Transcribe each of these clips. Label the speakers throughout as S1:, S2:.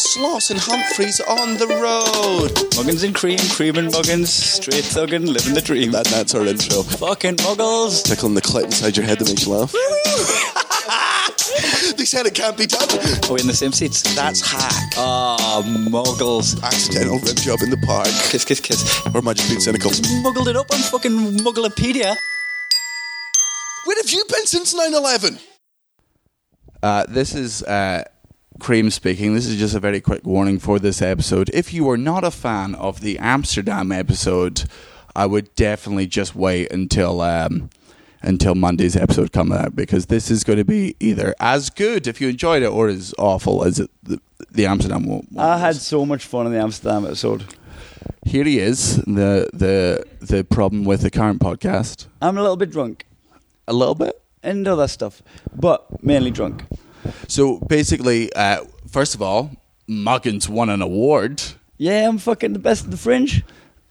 S1: Sloss and Humphreys on the road.
S2: Muggins and cream, cream and muggins, straight thuggin', living the dream.
S1: That, that's our intro.
S2: Fucking muggles.
S1: Tickling the clit inside your head that makes you laugh. they said it can't be done.
S2: Are we Oh, in the same seats?
S1: That's hack.
S2: Ah, muggles.
S1: Accidental rib job in the park.
S2: Kiss, kiss, kiss.
S1: Or am I just being cynical?
S2: Muggled it up on fucking Mugglepedia.
S1: Where have you been since 9 11?
S3: Uh, this is uh, Cream speaking. This is just a very quick warning for this episode. If you are not a fan of the Amsterdam episode, I would definitely just wait until um, until Monday's episode comes out because this is going to be either as good if you enjoyed it or as awful as it, the, the Amsterdam one. one
S2: I
S3: was.
S2: had so much fun in the Amsterdam episode.
S3: Here he is. The the the problem with the current podcast
S2: I'm a little bit drunk
S3: a little bit.
S2: and other stuff, but mainly drunk.
S3: So basically, uh, first of all, Muggins won an award.
S2: Yeah, I'm fucking the best in the fringe.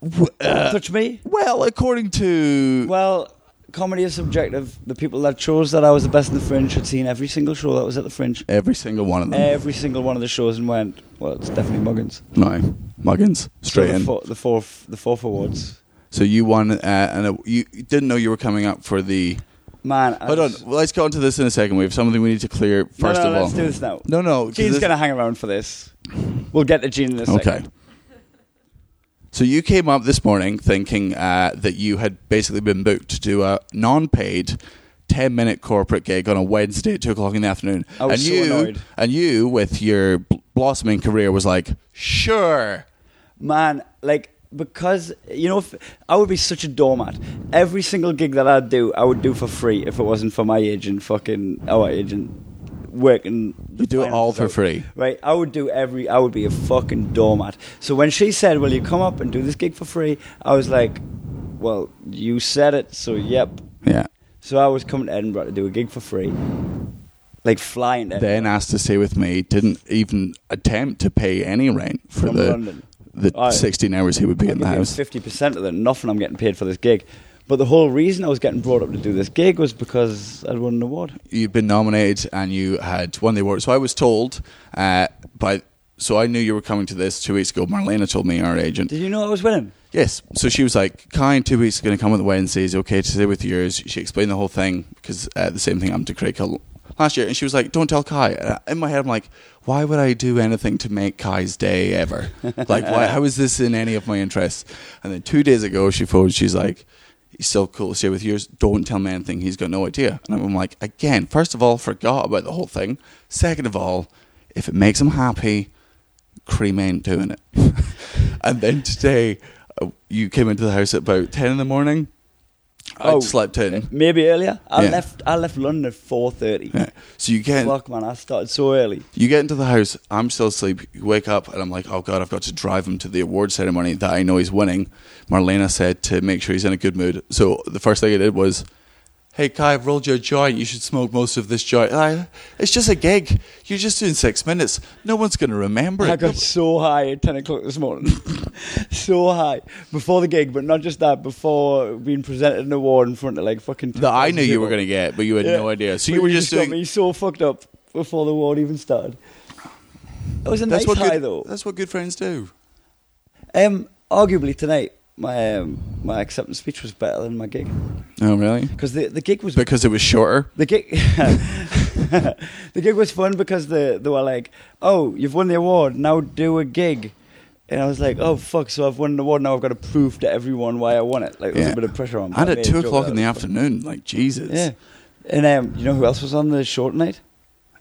S2: Don't touch me.
S3: Well, according to
S2: Well, comedy is subjective. The people that chose that I was the best in the fringe had seen every single show that was at the fringe.
S3: every single one of them.
S2: Every single one of the shows and went, well, it's definitely Muggins.
S3: No, Muggins,
S2: So
S3: straight
S2: the,
S3: in.
S2: four, the fourth, the fourth awards.
S3: So you won, uh, and uh you you didn't know you were coming up for the.
S2: Man, I
S3: Hold on,
S2: was-
S3: well, let's go into this in a second. We have something we need to clear
S2: No,
S3: first
S2: no,
S3: of all.
S2: let's do this now.
S3: No, no, 'cause
S2: Gene's
S3: this-
S2: gonna hang around for this. We'll get to Gene in a second.
S3: Okay. So you came up this morning thinking uh, that you had basically been booked to do a non-paid. 10 minute corporate gig on a Wednesday at 2 o'clock in the afternoon.
S2: I was
S3: and
S2: so
S3: you,
S2: annoyed.
S3: And you, with your bl- blossoming career, was like, sure.
S2: man, like because you know, if, I would be such a doormat. Every single gig that I do, I would do for free if it wasn't for my agent, fucking our agent working.
S3: You do it all for free.
S2: finances out. right? I would do every. I would be a fucking doormat. So when she said, "Will you come up and do this gig for free?" I was like, "Well, you said it, so yep."
S3: Yeah.
S2: So I was coming to Edinburgh to do a gig for free, like flying to Edinburgh.
S3: then asked to stay with me, didn't even attempt to pay any rent for
S2: From
S3: the
S2: London.
S3: the
S2: Aye.
S3: 16 hours he would be in the house.
S2: Fifty percent of the nothing I'm getting paid for this gig. But the whole reason I was getting brought up to do this gig was because I'd won an award.
S3: You'd been nominated and you had won the award. So I was told uh, by. So I knew you were coming to this two weeks ago. Marlena told me, our agent.
S2: Did you know I was winning?
S3: Yes. So she was like, Kai, in two weeks is going to come on the Wednesdays. Okay, to stay with yours. She explained the whole thing because uh, the same thing happened to Craig Hill last year. And she was like, don't tell Kai. And I- in my head, I'm like, why would I do anything to make Kai's day ever? like, why, how is this in any of my interests? And then two days ago, she phoned. She's like, he's still cool to stay with yours. Don't tell me anything. He's got no idea. And I'm like, again, first of all, forgot about the whole thing. Second of all, if it makes him happy, cream ain't doing it. and then today, uh, you came into the house at about 10 in the morning. I
S2: Oh.
S3: would slept in.
S2: Maybe earlier. I
S3: Yeah.
S2: left. I left London at four thirty.
S3: Yeah. So you get
S2: Fuck man, I started so early.
S3: you get into the house. I'm still asleep. You wake up and I'm like, oh god, I've got to drive him to the award ceremony that I know he's winning. Marlena said to make sure he's in a good mood. So the first thing I did was, hey Kai, I've rolled you a joint. You should smoke most of this joint. I, it's just a gig. You're just doing six minutes. No one's gonna remember
S2: I
S3: it.
S2: got so high at ten o'clock this morning, so high before the gig, but not just that. Before being presented an award in front of like fucking.
S3: that I knew
S2: 2,000
S3: you were
S2: people.
S3: gonna get, but you had
S2: Yeah.
S3: no idea. So
S2: But
S3: you were just
S2: got
S3: doing.
S2: me so fucked up before the war even started. It was a
S3: That's
S2: nice
S3: what
S2: high
S3: good,
S2: though.
S3: That's what good friends do.
S2: Um, arguably tonight, my um, my acceptance speech was better than my gig
S3: Oh really?
S2: because the the gig was
S3: Because it was shorter.
S2: the gig the gig was fun because the they were like, oh, you've won the award, now do a gig. And I was like, "Oh fuck!" So I've won an award. Now I've got to prove to everyone why I won it. Like there was a bit of pressure on. me.
S3: And
S2: Um, I
S3: at
S2: made a
S3: two
S2: joke
S3: o'clock in
S2: out of
S3: the
S2: it.
S3: afternoon, like Jesus.
S2: Yeah, and um, you know who else was on the show tonight?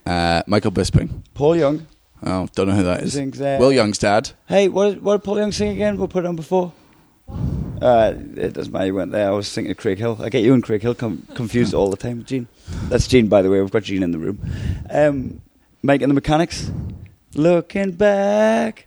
S3: Uh, Michael Bisping.
S2: Paul Young.
S3: Oh, don't know who that is.
S2: Sings, uh,
S3: Will Young's dad.
S2: Hey, what did, what did Paul Young sing again? We'll put it on before. Uh, it doesn't matter. You went there. I was thinking of Craig Hill. I get you and Craig Hill com- confused all the time. Gene, that's Gene, by the way. We've got Gene in the room. Um, Mike and the Mechanics. Looking back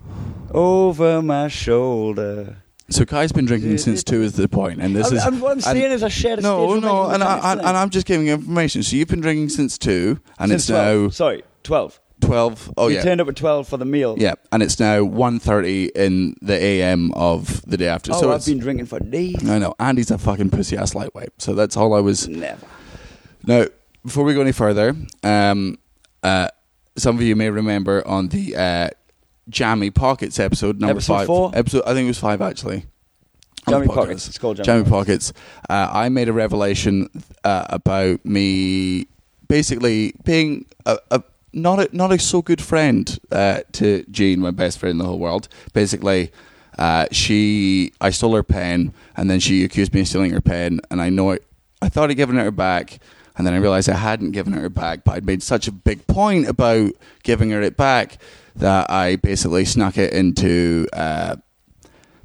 S2: over my shoulder.
S3: So Kai's been drinking since two is the point, and this
S2: I'm-
S3: is.
S2: I'm- what I'm
S3: and-
S2: saying is I shared a stage
S3: No,
S2: with
S3: no,
S2: Megan
S3: and, I,
S2: Mechanics
S3: and, and
S2: tonight.
S3: I'm just giving you information. So you've been drinking since two, and
S2: Since
S3: it's
S2: 12.
S3: now
S2: sorry, twelve.
S3: twelve. Oh
S2: we
S3: yeah,
S2: turned up at twelve for the meal.
S3: yeah, and it's now 1.30 in the a.m. of the day after.
S2: Oh,
S3: so
S2: I've
S3: it's,
S2: been drinking for days.
S3: I know Andy's a fucking pussy ass lightweight. So that's all I was.
S2: Never.
S3: Now, before we go any further, um, uh, some of you may remember on the uh, Jammy Pockets episode number
S2: Episode
S3: five.
S2: four?
S3: Episode I think it was five actually. On the
S2: Jammy
S3: podcast.
S2: Pockets. It's called Jammy
S3: Jammy Pockets. Uh, I made a revelation uh, about me basically being a, a not a, not a so good friend uh, to Jean, my best friend in the whole world. Basically, uh, she I stole her pen, and then she accused me of stealing her pen, and I know it. I thought I'd given it her back, and then I realized I hadn't given her it back, but I'd made such a big point about giving her it back that I basically snuck it into. Uh,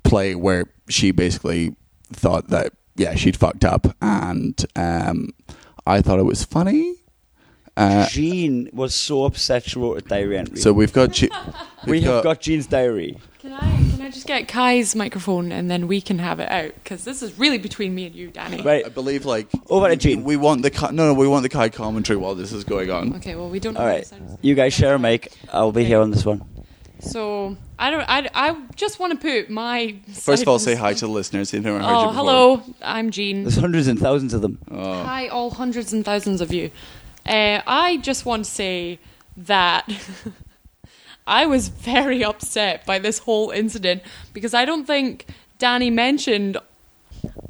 S3: play where she basically thought that yeah she'd fucked up and um, I thought it was funny. Uh,
S2: Jean was so upset she wrote a diary entry.
S3: so we've got Ju-
S2: we have got Jean's diary.
S4: Can I can I just get Kai's microphone and then we can have it out because this is really between me and you, Danny.
S2: Right.
S3: I believe like
S4: Oh,
S2: Over to Jean.
S3: We want the Ki- no no we want the Kai commentary while this is going on.
S4: Okay. Well, we don't.
S2: All right.
S4: have-
S2: You guys share a mic. I'll be here on this one.
S4: So I don't. I, I just want to put my.
S3: First of all, say hi to the listeners. They've never heard you
S4: Oh,
S3: before.
S4: hello. I'm Jean.
S2: There's hundreds and thousands of them.
S4: Oh. Hi, all hundreds and thousands of you. Uh, I just want to say that I was very upset by this whole incident because I don't think Danny mentioned.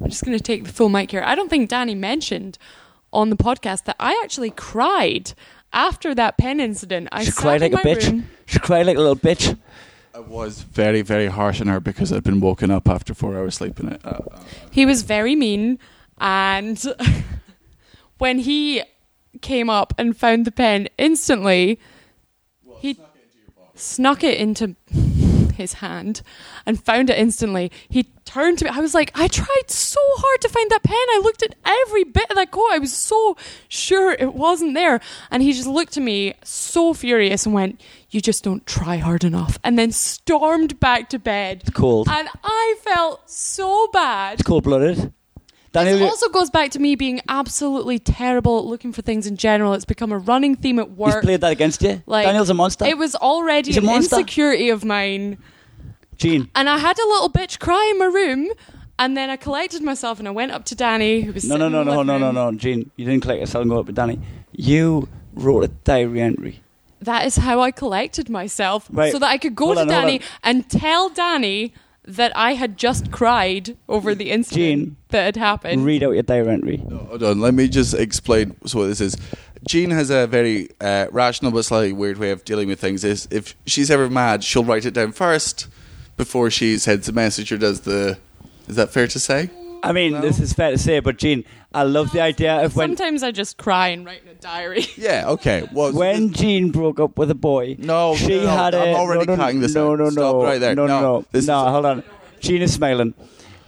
S4: I'm just going to take the full mic here. I don't think Danny mentioned on the podcast that I actually cried after that pen incident. I
S2: She
S4: sat
S2: cried
S4: in
S2: like a
S4: my
S2: bitch.
S4: room-
S2: She cried like a little bitch.
S3: I was very very harsh on her because I'd been woken up after four hours sleep in it. Uh, uh,
S4: he was very mean and when he came up and found the pen instantly he snuck it into his hand and found it instantly he turned to me i was like i tried so hard to find that pen i looked at every bit of that coat i was so sure it wasn't there and he just looked at me so furious and went you just don't try hard enough and then stormed back to bed
S2: cold.
S4: and i felt so bad
S2: Cold blooded.
S4: it
S2: Daniel,
S4: also goes back to me being absolutely terrible at looking for things in general. It's become a running theme at
S2: he's
S4: work.
S2: played that against you. Daniel's a monster.
S4: It was already
S2: He's a
S4: an
S2: monster.
S4: insecurity of mine,
S2: Jean.
S4: and I had a little bitch cry in my room, and then I collected myself and I went up to Danny, who was
S2: No, no,
S4: sitting
S2: no,
S4: in the
S2: no, no,
S4: living
S2: no,
S4: room.
S2: no, Jean. You didn't collect yourself and go up with Danny. You wrote a diary entry.
S4: That is how I collected myself,
S2: Right.
S4: so that I could go
S2: Hold
S4: to
S2: on, hold
S4: Danny
S2: on.
S4: and tell Danny that I had just cried over the incident
S2: Jean,
S4: that had happened.
S2: Read out your diary entry.
S3: Hold on, let me just explain so what this is. Jean has a very uh, rational but slightly weird way of dealing with things. Is if she's ever mad, she'll write it down first before she sends a message or does the. Is that fair to say?
S2: I mean, this is fair to say, but Jean, I love the idea of when
S4: Sometimes I just cry and write in a diary.
S3: Yeah. Okay. Well,
S2: when Jean broke up with a boy.
S3: No,
S2: she
S3: no, no,
S2: had a.
S3: I'm already
S2: no, no,
S3: cutting this
S2: No,
S3: out.
S2: no,
S3: Stop
S2: no,
S3: right there.
S2: No, no,
S3: No,
S2: no.
S3: this is-
S2: hold on. Jean is smiling.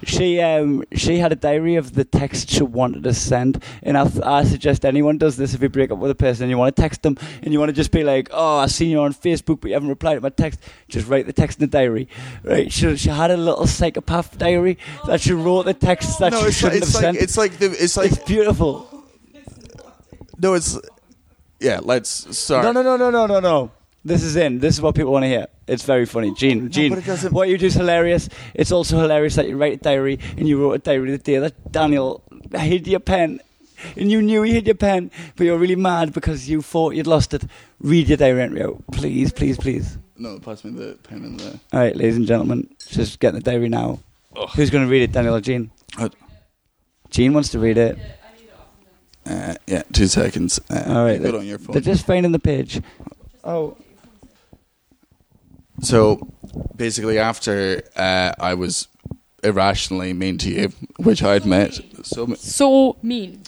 S2: She um she had a diary of the text she wanted to send, and I, I suggest anyone does this if you break up with a person and you want to text them and you want to just be like, oh, I seen you on Facebook, but you haven't replied to my text. Just write the text in the diary, right? She, she had a little psychopath diary that she wrote the text that
S3: no,
S2: she
S3: it's like,
S2: shouldn't
S3: it's
S2: have
S3: like
S2: sent.
S3: it's like the, it's like
S2: it's beautiful.
S3: no, it's yeah. Let's sorry.
S2: No, no, no, no, no, no, no. This is in. This is what people want to hear. It's very funny. Gene, Gene,
S3: but it doesn't-
S2: what you do is hilarious. It's also hilarious that you write a diary and you wrote a diary the day that Daniel hid your pen. And you knew he hid your pen, but you're really mad because you thought you'd lost it. Read your diary entry out. Please, please, please.
S3: No, pass me the pen and the.
S2: All right, ladies and gentlemen, just getting the diary now. Who's going to read it, Daniel or Gene?
S3: Uh,
S2: Gene wants to read it.
S3: Uh, yeah, two seconds. Uh,
S2: All right.
S3: Put
S2: they're-
S3: on your phone.
S2: They're just finding the page. Oh.
S3: So basically, after uh, I was irrationally mean to you, which I admit, so m-
S4: so mean.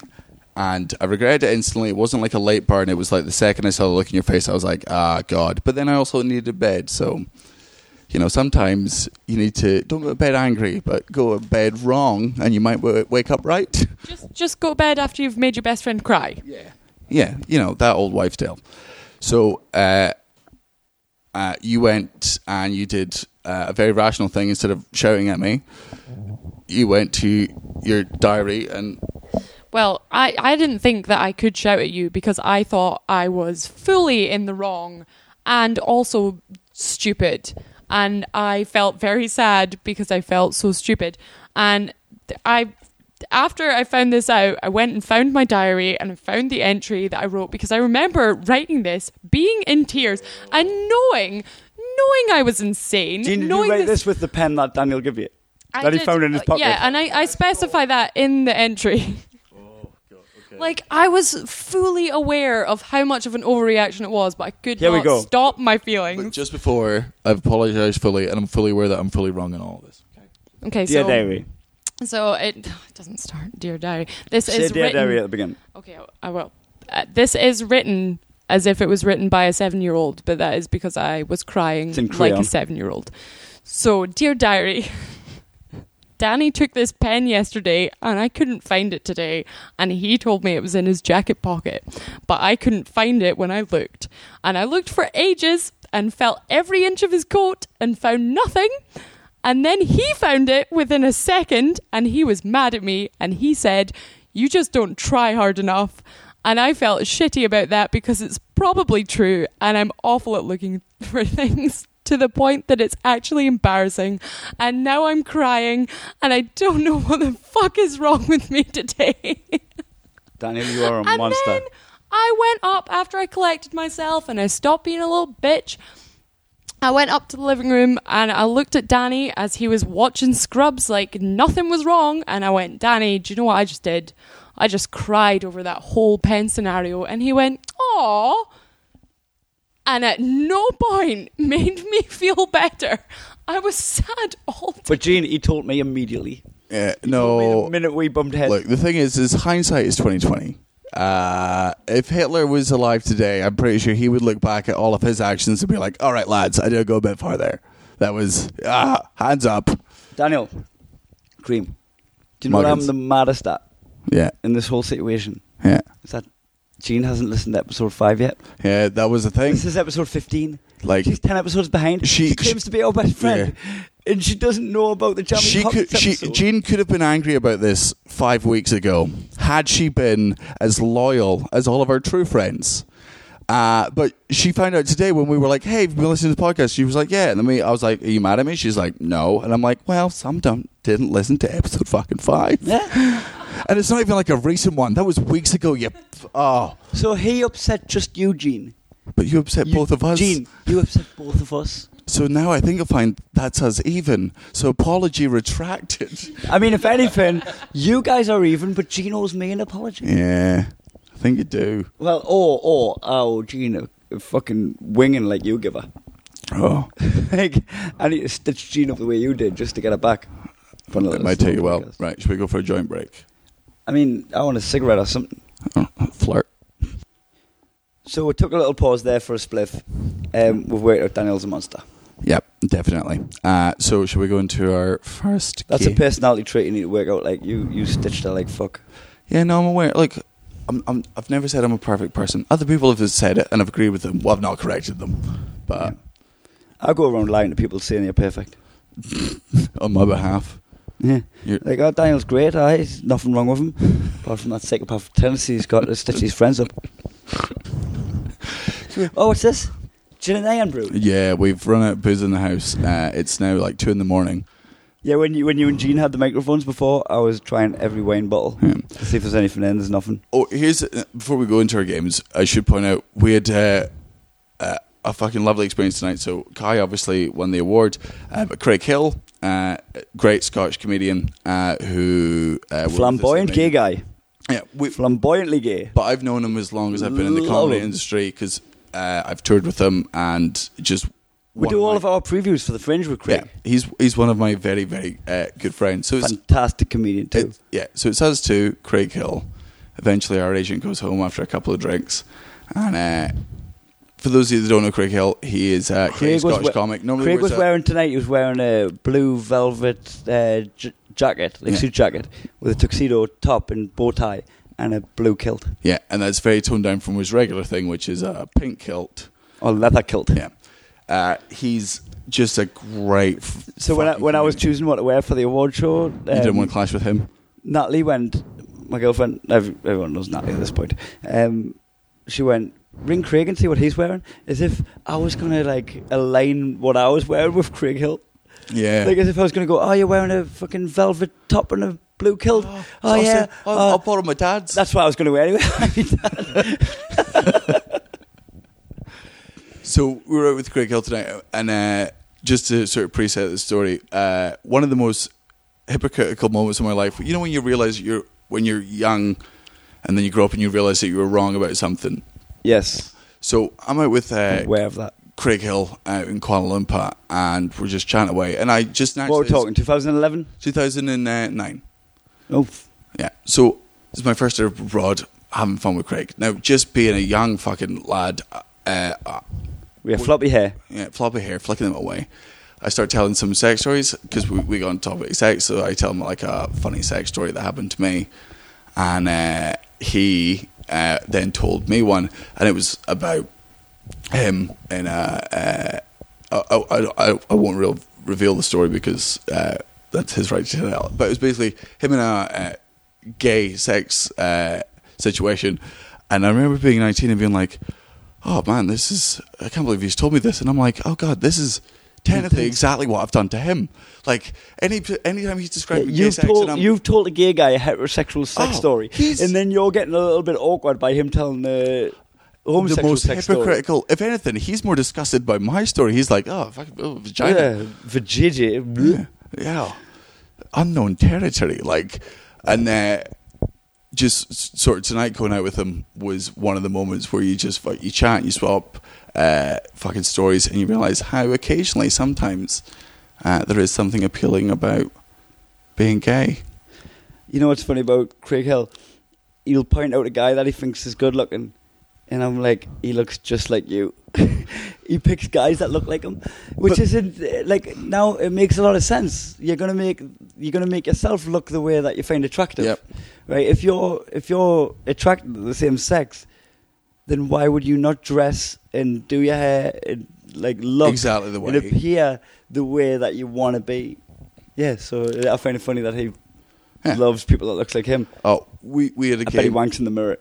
S3: and I regretted it instantly. It wasn't like a late burn; it was like the second I saw the look in your face, I was like, "Ah, God!" But then I also needed a bed, so you know sometimes you need to don't go to bed angry, but go to bed wrong, and you might w- wake up right.
S4: Just just go to bed after you've made your best friend cry.
S3: Yeah, yeah, you know that old wives' tale. So uh, uh, you went and you did uh, a very rational thing instead of shouting at me. You went to your diary and
S4: Well, I, I didn't think that I could shout at you because I thought I was fully in the wrong and also stupid. And I felt very sad because I felt so stupid. And th- I after I found this out, I went and found my diary and I found the entry that I wrote because I remember writing this, being in tears and knowing knowing I was insane.
S2: Gene, did
S4: knowing
S2: you write this with the pen that Daniel gave you?
S4: I
S2: that he
S4: did-
S2: found in his
S4: uh,
S2: pocket.
S4: Yeah, and I, I specify that in the entry. Like I was fully aware of how much of an overreaction it was, but I could
S2: Here we
S4: not
S2: go.
S4: stop my feelings.
S3: But just before, I've apologized fully, and I'm fully aware that I'm fully wrong in all of this.
S4: okay,
S2: Dear
S4: so
S2: diary.
S4: so it, it doesn't start, dear diary. This
S2: Say
S4: is
S2: dear
S4: written.
S2: diary at the beginning.
S4: Okay, I I will. Uh, this is written as if it was written by a seven year old, but that is because I was crying
S2: It's in
S4: like
S2: crayon.
S4: a seven year old. So, dear diary, Danny took this pen yesterday and I couldn't find it today, and he told me it was in his jacket pocket, but I couldn't find it when I looked. And I looked for ages and felt every inch of his coat and found nothing. And then he found it within a second and he was mad at me and he said, You just don't try hard enough. And I felt shitty about that because it's probably true and I'm awful at looking for things to the point that it's actually embarrassing. And now I'm crying and I don't know what the fuck is wrong with me today.
S2: Daniel, you are a
S4: and
S2: monster.
S4: then I went up after I collected myself and I stopped being a little bitch. I went up to the living room and I looked at Danny as he was watching Scrubs like nothing was wrong. And I went, Danny, do you know what I just did? I just cried over that whole pen scenario. And he went, Aw. And at no point made me feel better. I was sad all day.
S2: But Gene, he told me immediately.
S3: Yeah,
S2: Told me
S3: no.
S2: the minute we bumped heads.
S3: Look, the thing is, is hindsight is twenty twenty. Uh, if Hitler was alive today, I'm pretty sure he would look back at all of his actions and be like, "All right, lads, I did go a bit far there. That was ah, hands up."
S2: Daniel, cream. Do you know
S3: Muggins.
S2: what I'm the maddest at
S3: Yeah,
S2: in this whole situation?
S3: yeah,
S2: Is that Gene hasn't listened to episode five yet.
S3: yeah. That was the thing.
S2: This is episode fifteen.
S3: Like,
S2: She's ten episodes behind.
S3: She-
S2: She, claims to be our best friend, and she doesn't know about the Jamie
S3: she could,
S2: Cox
S3: she,
S2: episode.
S3: Jean could have been angry about this five weeks ago had she been as loyal as all of our true friends. Uh, but she found out today when we were like, "Hey, have you been listening to the podcast?" She was like, "Yeah," and then we, I was like, "Are you mad at me?" She's like, "No," and I'm like, "Well, some don't didn't listen to episode fucking five,
S2: yeah.
S3: and it's not even like a recent one. That was weeks ago. You, f- oh,
S2: So he upset just you, Gene.
S3: but you upset
S2: You-
S3: both of us.
S2: Gene, you upset both of us.
S3: So now I think I find that's us even. So apology retracted.
S2: I mean, if anything, you guys are even, but Gene owes me an apology.
S3: yeah, I think you do.
S2: Well, or or oh, Gina, fucking winging like you give her.
S3: Oh.
S2: like, I need to stitch Gene up the way you did just to get her back. Fun
S3: It
S2: little
S3: might take you well.
S2: podcast.
S3: Right, should we go for a joint break?
S2: I mean, I want a cigarette or something.
S3: Oh, flirt.
S2: So we took a little pause there for a spliff. Um, we've worked out Daniel's a monster.
S3: Yep, definitely. Uh, so, should we go into our first?
S2: That's
S3: key?
S2: a personality trait you need to work out. Like you, you stitched her like fuck.
S3: Yeah, no, I'm aware. Like, I'm, I'm, I've never said I'm a perfect person. Other people have said it, and I've agreed with them. Well, I've not corrected them, but
S2: I go around lying to people saying you're perfect.
S3: on my behalf,
S2: Yeah,
S3: You're-
S2: like oh, Daniel's great. I there's nothing wrong with him, apart from that psychopath tendency he's got to stitch his friends up. oh, what's this? Gin and iron brew.
S3: yeah, we've run out of booze in the house. Uh, it's now like two in the morning.
S2: Yeah, when you when you and Gene had the microphones before, I was trying every wine bottle
S3: Yeah.
S2: to see if there's anything in. There's nothing.
S3: Oh, here's uh, before we go into our games. I should point out we had uh, uh, a fucking lovely experience tonight. So Kai obviously won the award, uh, but Craig Hill, uh, great Scottish comedian uh, who uh, was
S2: Flamboyant
S3: with us
S2: gay
S3: in-
S2: guy.
S3: Yeah, we,
S2: Flamboyantly gay.
S3: but I've known him as long as I've been in the
S2: Love
S3: comedy
S2: him.
S3: industry because uh, I've toured with him and just
S2: We do all of
S3: our
S2: our previews for the Fringe with Craig.
S3: yeah. He's he's one of my very very uh, good friends. So it's
S2: Fantastic comedian too.
S3: It's- yeah, so it's us two, Craig Hill. Eventually, our agent goes home after a couple of drinks, and uh, for those of you that don't know Craig Hill, he is uh, Craig
S2: Craig was,
S3: Scottish
S2: we-
S3: comic. Normally
S2: Craig was
S3: wears a-
S2: wearing tonight. He was wearing a blue velvet uh, j- jacket, like
S3: Yeah.
S2: suit jacket, with a tuxedo top and bow tie and a blue kilt
S3: yeah, and that's very toned down from his regular thing, which is a pink kilt.
S2: or leather kilt.
S3: Yeah, uh, he's just a great. f-
S2: So when I,
S3: fucking
S2: when I was
S3: comedian.
S2: choosing what to wear for the award show, um,
S3: you didn't want to clash with him.
S2: Natalie went. My girlfriend, ev- everyone knows Natalie at this point. Um, she went ring Craig and see what he's wearing, as if I was gonna like align what I was wearing with Craig Hill.
S3: Yeah,
S2: Like as if I was going to go, oh, you're wearing a fucking velvet top and a blue kilt. Oh,
S3: Awesome.
S2: yeah.
S3: I,
S2: Oh,
S3: I bought him my dad's.
S2: that's what I was going to wear anyway.
S3: So we were out with Craig Hill tonight, and uh, just to sort of preset the story, uh, one of the most hypocritical moments in my life. You know when you realize you're when you're young, and then you grow up and you realize that you were wrong about something.
S2: Yes.
S3: So I'm out with uh,
S2: Aware of that.
S3: Craig Hill out in Kuala Lumpur, and we're just chatting away. And I just
S2: What we're talking, 2011?
S3: 2009.
S2: Oh, f-
S3: Yeah. So it's my first year abroad, having fun with Craig. Now, just being a young fucking lad, uh, uh,
S2: we have floppy hair.
S3: yeah, floppy hair, flicking them away. I start telling some sex stories because we, we got on topic sex. So I tell him like a funny sex story that happened to me, and uh, he uh, then told me one, and it was about him and uh, uh, I, I, I, I won't real, reveal the story because uh, that's his right to tell. But it was basically him in a uh, gay sex uh, situation, and I remember being 19 and being like, "Oh man, this is I can't believe he's told me this," and I'm like, "Oh god, this is." Technically, exactly what I've done to him. Like any any time he's describing gay
S2: You've
S3: sex, and
S2: told,
S3: I'm,
S2: you've told a gay guy a heterosexual
S3: Oh,
S2: sex story,
S3: he's-
S2: and then you're getting a little bit awkward by him telling the
S3: the
S2: homosexual
S3: most
S2: sex story.
S3: hypocritical. If anything, he's more disgusted by my story. He's like, "Oh, fuck, oh vagina."
S2: Yeah, Virginia.
S3: yeah, yeah. unknown territory. Like, and uh, just s- sort of tonight going out with him was one of the moments where you just like you chat, you swap uh, fucking stories, and you realize how occasionally, sometimes, uh, there is something appealing about being gay.
S2: You know what's funny about Craig Hill? He'll point out a guy that he thinks is good looking, and I'm like, he looks just like you. he picks guys that look like him, which
S3: But-
S2: isn't uh, like now it makes a lot of sense. You're gonna make you're gonna make yourself look the way that you find attractive,
S3: Yep.
S2: right? If you're if you're attracted to the same sex, then why would you not dress and do your hair and like look
S3: Exactly the
S2: and
S3: way.
S2: appear the way that you want to be? Yeah, so I find it funny that he
S3: Yeah.
S2: loves people that looks like him.
S3: Oh, we we had a
S2: I bet he
S3: game.
S2: wanks in the mirror.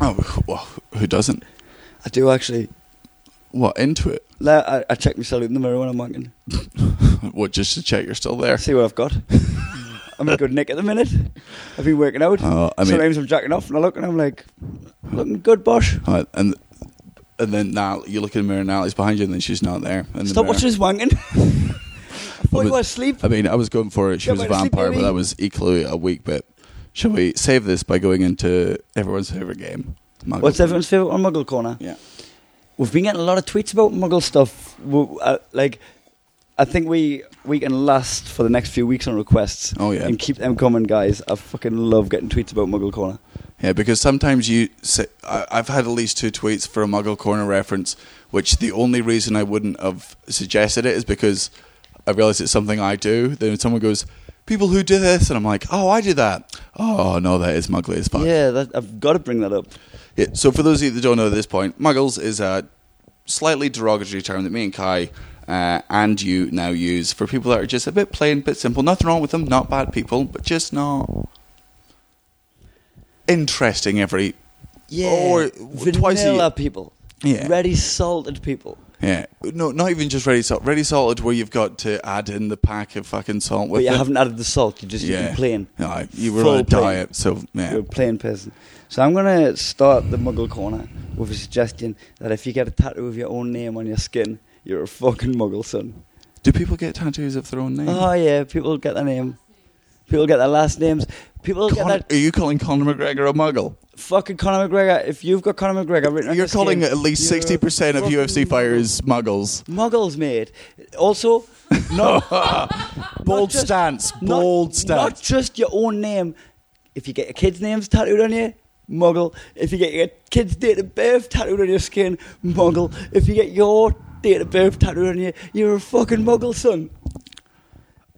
S3: Oh, well, who doesn't?
S2: I do actually.
S3: What into it?
S2: Like, I, I check myself in the mirror when I'm wanking.
S3: What just to check you're still there?
S2: See what I've got. I'm in good nick at the minute. I've been working out.
S3: Oh, I mean-
S2: Sometimes I'm jacking off and I look and I'm like, looking good, Bosh.
S3: Uh, and and then now you look in the mirror, and Natalie's behind you, and then she's not there. in the
S2: Stop
S3: mirror.
S2: watching us wanking. I thought you were asleep.
S3: I mean, I was going for it. She
S2: Yeah,
S3: was a
S2: but it's the
S3: vampire, but
S2: beauty.
S3: that was equally a weak bit. Shall we save this by going into everyone's favorite game? Muggle.
S2: What's everyone's favourite on Muggle Corner?
S3: Yeah.
S2: We've been getting a lot of tweets about Muggle stuff. We- uh, like, I think we we can last for the next few weeks on requests.
S3: Oh, yeah.
S2: And keep them coming, guys. I fucking love getting tweets about Muggle Corner.
S3: Yeah, because sometimes you say, I, I've had at least two tweets for a Muggle Corner reference, which the only reason I wouldn't have suggested it is because I realize it's something I do. Then someone goes, People who do this, and I'm like, Oh, I do that. Oh, no, that is muggly as fuck.
S2: Yeah, that, I've got to bring that up.
S3: Yeah, so for those of you that don't know at this point, muggles is a slightly derogatory term that me and Kai uh, and you now use for people that are just a bit plain, bit simple. Nothing wrong with them, not bad people, but just not interesting every. Or
S2: vanilla
S3: Oh, twice a year.
S2: people.
S3: Yeah.
S2: ready salted people.
S3: Yeah. No, not even just ready salt. Ready salted where you've got to add in the pack of fucking salt with
S2: but you
S3: it.
S2: haven't added the salt. You just you've been plain.
S3: No, you were
S2: Full
S3: on a
S2: plain.
S3: diet, so yeah.
S2: You're a plain person. So I'm gonna start the Muggle corner with a suggestion that if you get a tattoo of your own name on your skin, you're a fucking Muggle son.
S3: Do people get tattoos of their own name?
S2: Oh yeah, people get their name. People get their last names. People get
S3: Conor-
S2: that
S3: are you calling Conor McGregor a muggle?
S2: fucking Conor McGregor. If you've got Conor McGregor written on your
S3: You're calling
S2: skin,
S3: at least
S2: you're a
S3: sixty percent of
S2: fucking
S3: UFC fighters muggles.
S2: Muggles, mate. Also,
S3: No, bold
S2: Not just-
S3: stance,
S2: not-
S3: bold
S2: Not
S3: stance.
S2: just your own name. If you get your kids' names tattooed on you, muggle. If you get your kids' date of birth tattooed on your skin, muggle. If you get your date of birth tattooed on you, you're a fucking muggle, son.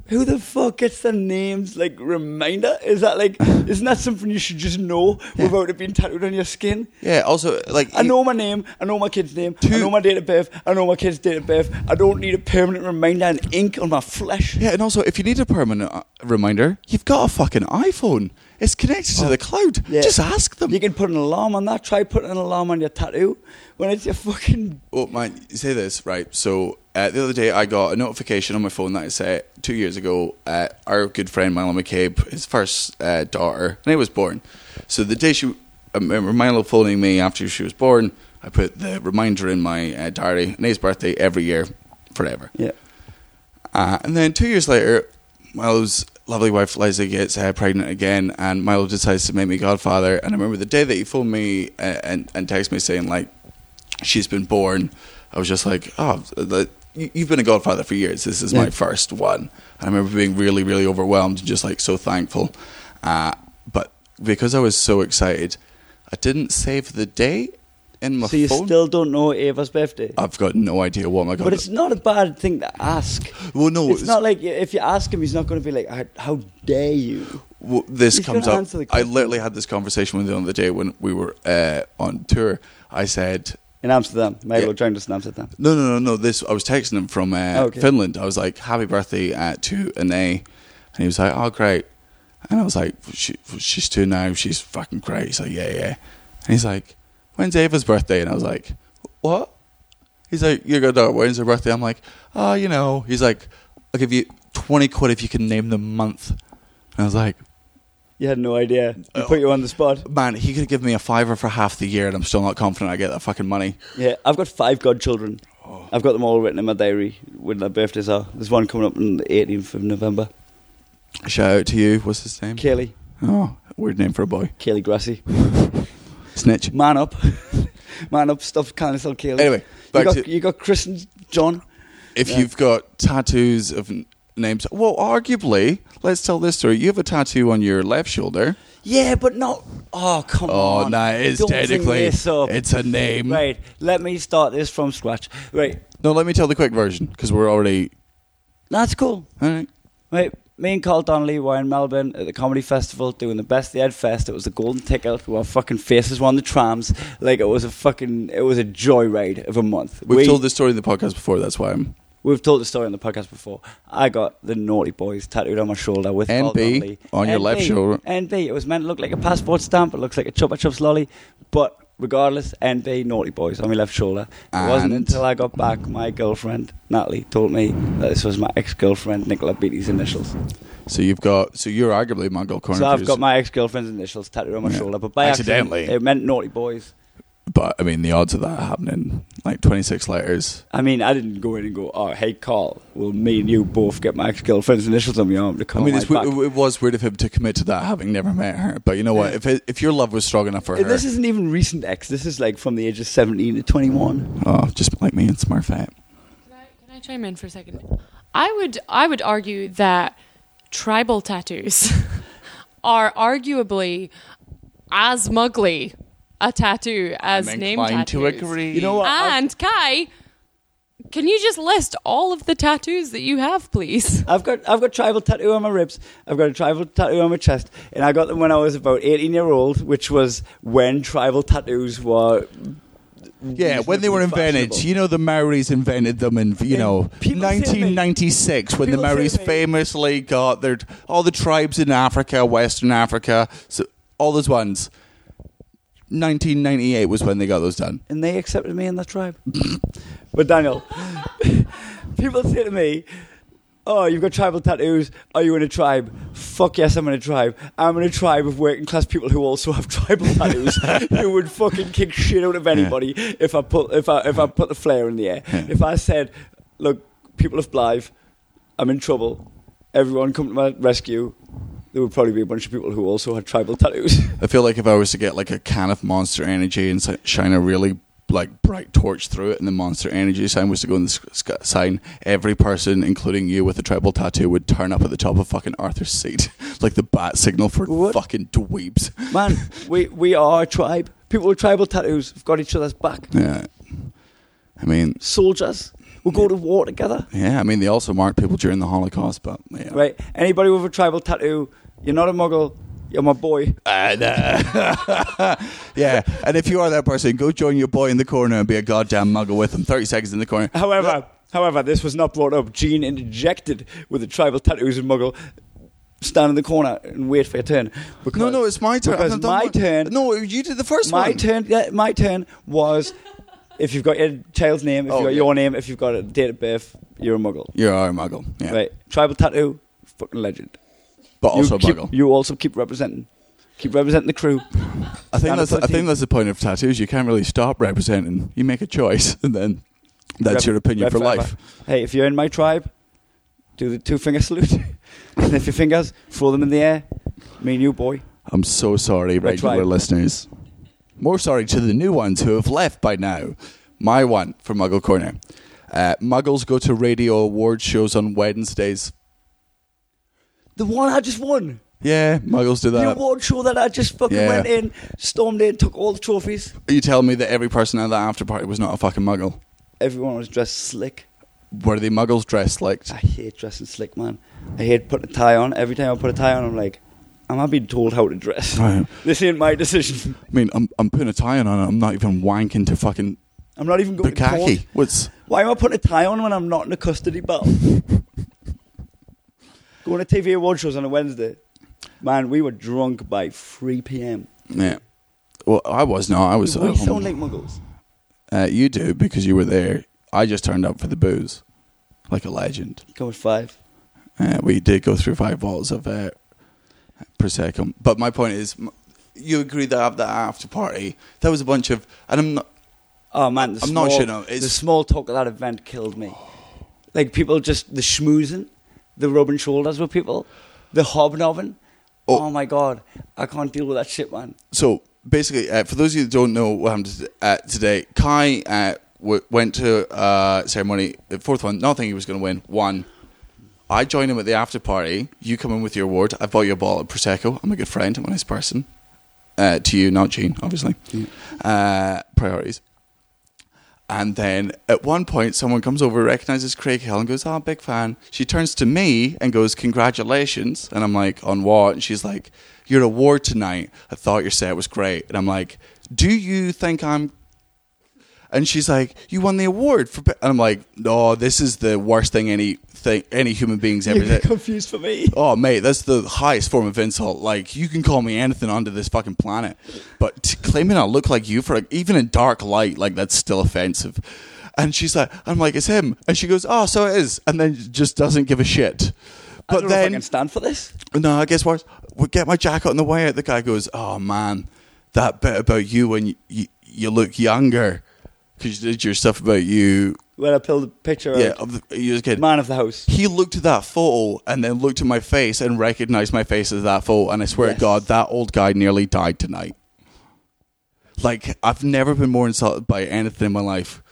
S2: Who the fuck gets their names like reminder? Is that like isn't that something you should just know without it being tattooed on your skin?
S3: yeah. Also, like
S2: I know my name, I know my kid's name, I
S3: Two-
S2: know my date of birth, I know my kid's date of birth. I don't need a permanent reminder and ink on my flesh.
S3: Yeah, and also, if you need a permanent uh, reminder, you've got a fucking iPhone. It's connected to the cloud.
S2: Oh. Yeah.
S3: Just ask them.
S2: You can put an alarm on that. Try putting an alarm on your tattoo when it's your fucking.
S3: Oh man, you say this right. So uh, the other day, I got a notification on my phone that I said two years ago. Uh, our good friend Milo McCabe, his first uh, um, uh, daughter, and was born. So the day she, I remember Milo phoning me after she was born, I put the reminder in my uh, diary, Nate's birthday every year, forever.
S2: Yeah.
S3: Uh, and then two years later, Milo's lovely wife Liza gets uh, pregnant again, and Milo decides to make me godfather. And I remember the day that he phoned me uh, and and texted me saying like, "She's been born." I was just like, "Oh, the, you- you've been a godfather for years. This is my
S2: Yeah.
S3: first one." And I remember being really, really overwhelmed and just like so thankful. Uh, but because I was so excited, I didn't save the day in my
S2: So you
S3: phone.
S2: still don't know Ava's birthday.
S3: I've got no idea what my god.
S2: But it's not a bad thing to ask.
S3: Well, no,
S2: it's,
S3: it's-
S2: not like if you ask him, he's not going to be like, "I- "How dare you?"
S3: well, this
S2: He's
S3: comes
S2: gonna
S3: up.
S2: answer the
S3: I
S2: question.
S3: literally had this conversation with him the other day when we were uh, on tour. I said,
S2: In Amsterdam, Milo
S3: Yeah.
S2: drowned us in Amsterdam.
S3: "No, no, no, no." This I was texting him from uh,
S2: Oh, okay.
S3: Finland. I was like, "Happy birthday uh, to Ine," and he was like, "Oh, great." And I was like, she, "She's two now. She's fucking great." He's like, "Yeah, yeah." And he's like, "When's Ava's birthday?" And I was like, "What?" He's like, "Your goddaughter. When's her birthday?" I'm like, "Oh, you know." He's like, "I'll give you twenty quid if you can name the month." And I was like,
S2: You had no idea. He
S3: Oh.
S2: put you on the spot.
S3: man, he could give me a fiver for half the year, and I'm still not confident I get that fucking money.
S2: Yeah, I've got five godchildren.
S3: Oh.
S2: I've got them all written in my diary when their birthdays are. There's one coming up on the 18th of November.
S3: Shout out to you. What's his name?
S2: Kelly,
S3: Oh, weird name for a boy.
S2: Kelly Grassy,
S3: Snitch.
S2: man up, man up. Stop calling yourself Kelly.
S3: Anyway,
S2: you
S3: back
S2: got,
S3: to
S2: you got Chris and John.
S3: if
S2: yeah.
S3: you've got tattoos of n- names. Well, arguably, let's tell this story. You have a tattoo on your left shoulder.
S2: Yeah, but not. Oh come
S3: Oh,
S2: on!
S3: no, it is
S2: Don't bring
S3: technically
S2: this up.
S3: it's a name.
S2: Right, let me start this from scratch. Right,
S3: No, let me tell the quick version because we're already
S2: that's cool.
S3: all right.
S2: Right, me and Carl Donnelly were in Melbourne at the comedy festival doing the best they had fest. It was the golden ticket. Our fucking faces were on the trams like it was a fucking it was a joyride of a month.
S3: We've
S2: We-
S3: told this story in the podcast before. That's why I'm.
S2: We've told the story on the podcast before. I got the naughty boys tattooed on my shoulder with
S3: NB
S2: Carl Donnelly.
S3: on your left
S2: NB,
S3: shoulder.
S2: NB. It was meant to look like a passport stamp. It looks like a Chupa Chups lolly, but regardless, NB naughty boys on my left shoulder. It wasn't
S3: And?
S2: until I got back, my girlfriend Natalie told me that this was my ex-girlfriend Nicola Beatty's initials.
S3: So you've got. So you're arguably Mangal Corner.
S2: So I've
S3: Fuse,
S2: got my ex-girlfriend's initials tattooed on my
S3: Yeah.
S2: shoulder, but by accident,
S3: Accidentally.
S2: it meant naughty boys.
S3: But I mean, the odds of that happening, like 26 letters.
S2: I mean, I didn't go in and go, "Oh, hey, Carl, will me and you both get my ex-girlfriend's initials on my arm to
S3: I
S2: call
S3: mean,
S2: my
S3: it's, weird-
S2: back?"
S3: it was weird of him to commit to that, having never met her. But you know what? If it, if your love was strong enough for her,
S2: And this isn't even recent X. This is like from the age of 17 to 21.
S3: oh, just like me and Smurfette.
S4: Can I, can I chime in for a second? I would I would argue that tribal tattoos are arguably as muggly a tattoo as name
S3: inclined
S4: tattoos.
S3: to agree. You know
S2: what, I've-
S4: Ah, And Kai, can you just list all of the tattoos that you have, please?
S2: I've got I've got tribal tattoo on my ribs. I've got a tribal tattoo on my chest, and I got them when I was about 18 year old, which was when tribal tattoos were.
S3: Yeah, when they were invented,
S2: fashionable.
S3: you know, the Maoris invented them in you
S2: Yeah,
S3: know
S2: people say they-
S3: 1996 when the
S2: people say
S3: Maoris
S2: they-
S3: famously got their all the tribes in Africa, Western Africa, so all those ones. 1998 was when they got those done.
S2: and they accepted me in that tribe. but Daniel, people say to me, "Oh, you've got tribal tattoos. Are you in a tribe?" Fuck yes, I'm in a tribe. I'm in a tribe of working class people who also have tribal tattoos. who would fucking kick shit out of anybody if I put if I if I put the flare in the air. If I said, "Look, people of Blythe, I'm in trouble. Everyone, come to my rescue." There would probably be a bunch of people who also had tribal tattoos.
S3: I feel like if I was to get like a can of Monster Energy and si- shine a really like bright torch through it, and the Monster Energy sign was to go in the s- sc- sign, every person, including you with a tribal tattoo, would turn up at the top of fucking Arthur's seat, like the bat signal for
S2: What?
S3: fucking dweebs.
S2: Man, we, we are a tribe. People with tribal tattoos have got each other's back.
S3: Yeah, I mean,
S2: Soldiers. We'll go to war together.
S3: yeah, I mean they also marked people during the Holocaust, but yeah.
S2: Right? Anybody with a tribal tattoo, you're not a muggle, you're my boy.
S3: And, uh, yeah, and if you are that person, go join your boy in the corner and be a goddamn muggle with him. Thirty seconds in the corner.
S2: However, however, this was not brought up. Gene interjected with the tribal tattoos and muggle. Stand in the corner and wait for your turn. Because,
S3: No, no, it's my turn.
S2: Because
S3: I've done
S2: my
S3: one.
S2: turn.
S3: No, you did the first
S2: my
S3: one.
S2: turn. Yeah, my turn was if you've got your child's name, if
S3: Oh,
S2: you've got
S3: yeah.
S2: your name, if you've got a date of birth, you're a muggle.
S3: You're a muggle, yeah.
S2: Right? Tribal tattoo, fucking legend.
S3: But also
S2: you keep,
S3: muggle.
S2: You also keep representing. Keep representing the crew.
S3: I think
S2: Stand up
S3: that's
S2: for the
S3: I think
S2: team.
S3: that's the point of tattoos. You can't really stop representing. You make a choice, and then that's
S2: Rep-
S3: your opinion
S2: rep
S3: for
S2: forever.
S3: life.
S2: Hey, if you're in my tribe, do the two finger salute. and if your fingers, throw them in the air. Me and you, boy.
S3: I'm so sorry,
S2: Red
S3: regular
S2: tribe.
S3: listeners. More sorry to the new ones who have left by now. My one for Muggle Corner. Uh, Muggles go to radio award shows on Wednesdays.
S2: The one I just won.
S3: Yeah, Muggles do
S2: the
S3: that.
S2: award show that I just fucking
S3: Yeah.
S2: went in, stormed in, took all the trophies.
S3: Are you telling me that every person at that after party was not a fucking Muggle?
S2: Everyone was dressed slick.
S3: Were the Muggles dressed like?
S2: I hate dressing slick, man. I hate putting a tie on. Every time I put a tie on, I'm like, am I being told how to dress?
S3: Right.
S2: This ain't my decision.
S3: I mean, I'm, I'm putting a tie on and I'm not even wanking to fucking
S2: I'm not even going to court.
S3: bukkake. What's
S2: Why am I putting a tie on when I'm not in a custody battle? Going to TV award shows on a Wednesday. Man, we were drunk by 3 p.m.
S3: yeah? Well, I was not. I
S2: We
S3: was. at home.
S2: sound like muggles.
S3: Uh, you do because you were there. I just turned up for the booze, like a legend.
S2: Go with five.
S3: Uh, we did go through five bottles of uh, prosecco. But my point is, m- you agree that at that after party, there was a bunch of, and I'm not.
S2: Oh man, the
S3: I'm
S2: small,
S3: not sure, no,
S2: the
S3: it's-
S2: small talk at that event killed me. Like people just the schmoozing, the rubbing shoulders with people, the hobnobbing.
S3: Oh.
S2: Oh, my god, I can't deal with that shit, man.
S3: So basically, uh, for those of you that don't know what happened to- uh, today, Kai uh, w- went to uh, ceremony the fourth one, not thinking he was going to win. Won. I joined him at the after party. You come in with your award. I bought you a bottle of prosecco. I'm a good friend. I'm a nice person. Uh, to you, not Gene, obviously. Uh, priorities. And then at one point, someone comes over, recognizes Craig Hill, and goes, "Oh, big fan." She turns to me and goes, "Congratulations!" And I'm like, "On what?" And she's like, "Your award tonight. I thought your set was great." And I'm like, "Do you think I'm?" And she's like, "You won the award for." be-" And I'm like, "No, this is the worst thing any thing any human beings ever
S2: You get
S3: did."
S2: confused for me.
S3: Oh mate, that's the highest form of insult. Like you can call me anything onto this fucking planet, but t- claiming I look like you for like, even in dark light, like that's still offensive. And she's like, I'm like, it's him, and she goes, oh, so it is, and then just doesn't give a shit.
S2: I
S3: But
S2: don't know if I
S3: then,
S2: can stand for this.
S3: no, I guess what? We get my jacket on the way out. The guy goes, oh man, that bit about you when you you, you look younger because you did your stuff about you.
S2: When I pulled the picture,
S3: Yeah,
S2: yeah,
S3: of the, you was a kid
S2: man of the house.
S3: he looked at that photo and then looked at my face and recognized my face as that photo. And I swear
S2: Yes.
S3: to God, that old guy nearly died tonight. Like, I've never been more insulted by anything in my life.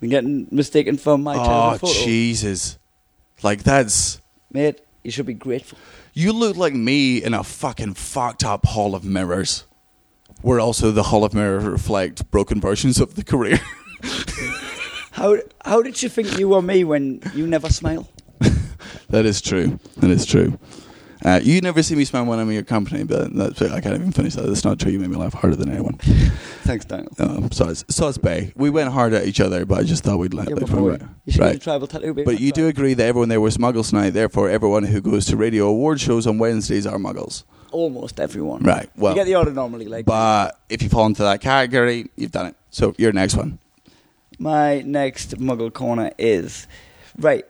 S2: Been getting mistaken for my
S3: oh,
S2: childhood photo,
S3: Jesus. Like, that's.
S2: mate. You should be grateful.
S3: You look like me in a fucking fucked up hall of mirrors. Where also the hall of mirrors reflect broken versions of the career.
S2: How how did you think you were me when you never smile?
S3: that is true. That is true. Uh, you never see me smile when I'm in your company, but that's I can't even finish that. That's not true. You made me laugh harder than anyone.
S2: Thanks, Daniel.
S3: Um, so it's, so it's Bay. We went hard at each other, but I just thought we'd let
S2: Yeah,
S3: it
S2: but boy, you should get a
S3: right.
S2: tribal tattoo, baby.
S3: But you do agree that everyone there was muggles tonight. Therefore, everyone who goes to radio award shows on Wednesdays are muggles.
S2: almost everyone.
S3: Right. Well,
S2: you get the odd anomaly, like
S3: but if you fall into that category, you've done it. So your next one.
S2: My next Muggle corner is right.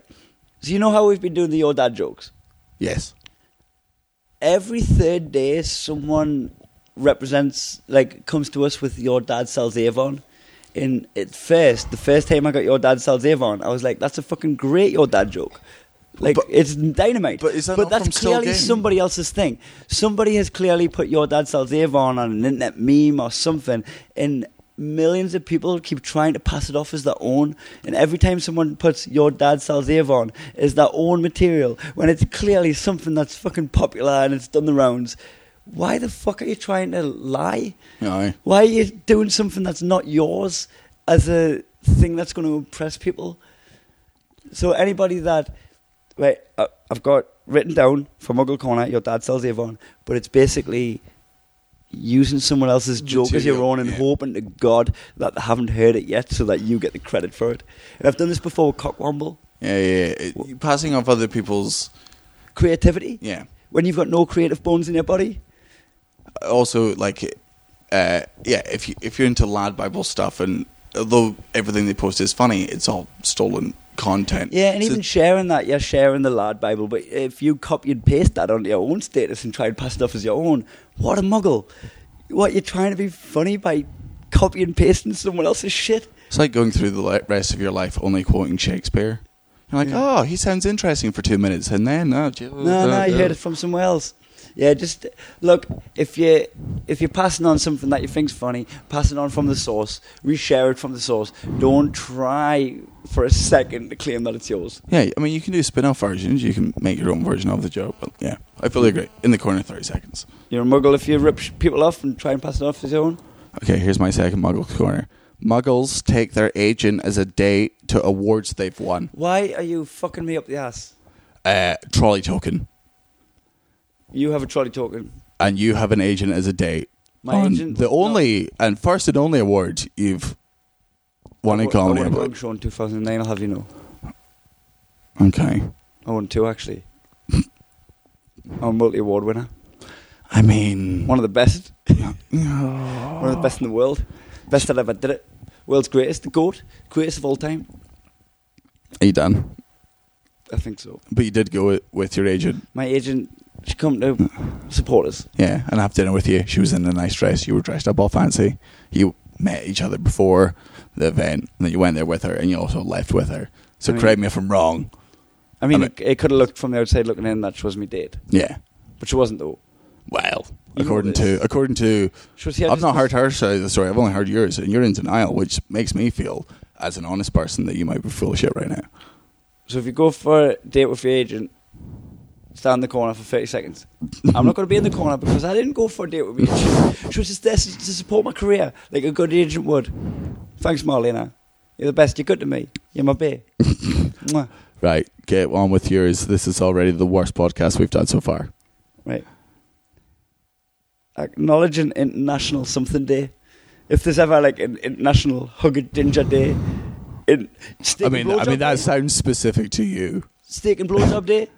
S2: So you know how we've been doing the your dad jokes.
S3: Yes.
S2: Every third day, someone represents like comes to us with your dad sells Avon. And at first, the first time I got your dad sells Avon, I was like, "That's a fucking great your dad joke." Like
S3: But-
S2: it's dynamite.
S3: but is that not
S2: that's
S3: from Still
S2: clearly
S3: Game?
S2: somebody else's thing. Somebody has clearly put your dad sells Avon on an internet meme or something, and millions of people keep trying to pass it off as their own. And every time someone puts your dad sells Avon as their own material, when it's clearly something that's fucking popular and it's done the rounds, why the fuck are you trying to lie?
S3: Aye.
S2: Why are you doing something that's not yours as a thing that's going to impress people? So anybody that, right, I- I've got written down for Muggle Corner, your dad sells Avon, but it's basically using someone else's joke as your
S3: Material,
S2: own and
S3: yeah.
S2: hoping to God that they haven't heard it yet so that you get the credit for it. And I've done this before with Cockwomble.
S3: Yeah, yeah. yeah. It- you passing off other people's.
S2: Creativity,
S3: Yeah.
S2: when you've got no creative bones in your body,
S3: also like uh yeah if you if you're into lad bible stuff and although everything they post is funny it's all stolen content.
S2: Yeah, and
S3: So-
S2: even sharing that, you're sharing the Lard Bible, but if you copy and paste that onto your own status and try and pass it off as your own, what a muggle. What, you're trying to be funny by copy and pasting someone else's shit?
S3: It's like going through the li- rest of your life only quoting Shakespeare. You're like, oh, he sounds interesting for two minutes, and then oh, uh, no,
S2: No, no, you heard it from somewhere else. Yeah, just look if you if you're passing on something that you think's funny, pass it on from the source, reshare it from the source. Don't try for a second to claim that it's yours.
S3: Yeah, I mean, you can do spin-off versions. You can make your own version of the joke. But yeah, I fully agree. In the corner, thirty seconds.
S2: You're a muggle if you rip sh- people off and try and pass it off as your own.
S3: Okay, here's my second Muggle corner. Muggles take their agent as a date to awards they've won.
S2: Why are you fucking me up the ass?
S3: Uh, trolley token,
S2: You have a trolley token.
S3: and you have an agent as a date.
S2: My
S3: on
S2: agent-
S3: The
S2: no.
S3: only and first and only award you've won
S2: I
S3: in
S2: won- I
S3: comedy.
S2: won a
S3: I
S2: gong show in 2009. I'll have you know.
S3: believe. Okay.
S2: I won two actually. I'm a multi award winner.
S3: I mean,
S2: One of the best. One of the best in the world. Best that ever did it. World's greatest. The GOAT. Greatest of all time.
S3: are you done?
S2: I think so.
S3: But you did go with, with your agent,
S2: My agent, she come to support us.
S3: yeah, and have dinner with you. She was in a nice dress. You were dressed up all fancy. You met each other before the event, and then you went there with her, and you also left with her. So
S2: I mean-
S3: correct me if I'm wrong.
S2: I mean,
S3: I mean-
S2: it, it could have looked from the outside looking in that she was my date.
S3: Yeah.
S2: But she wasn't, though.
S3: Well,
S2: You know
S3: according
S2: this.
S3: to according to,
S2: She was here
S3: I've
S2: just
S3: not
S2: to-
S3: heard her side of the story. I've only heard yours, and you're in denial, which makes me feel, as an honest person, that you might be full of shit right now.
S2: So if you go for a date with your agent, stand in the corner for 30 seconds. I'm not going to be in the corner because I didn't go for a date with my agent. She was just there to to support my career, like a good agent would. Thanks, Marlena. You're the best. You're good to me. You're my bae. Mwah.
S3: Right, get on with yours. This is already the worst podcast we've done so far.
S2: Right. Acknowledging International Something Day. If there's ever like an International Hug a Ginger Day, in steak
S3: I mean,
S2: and
S3: I mean
S2: blowjob day,
S3: that sounds specific to you.
S2: steak and blowjob day.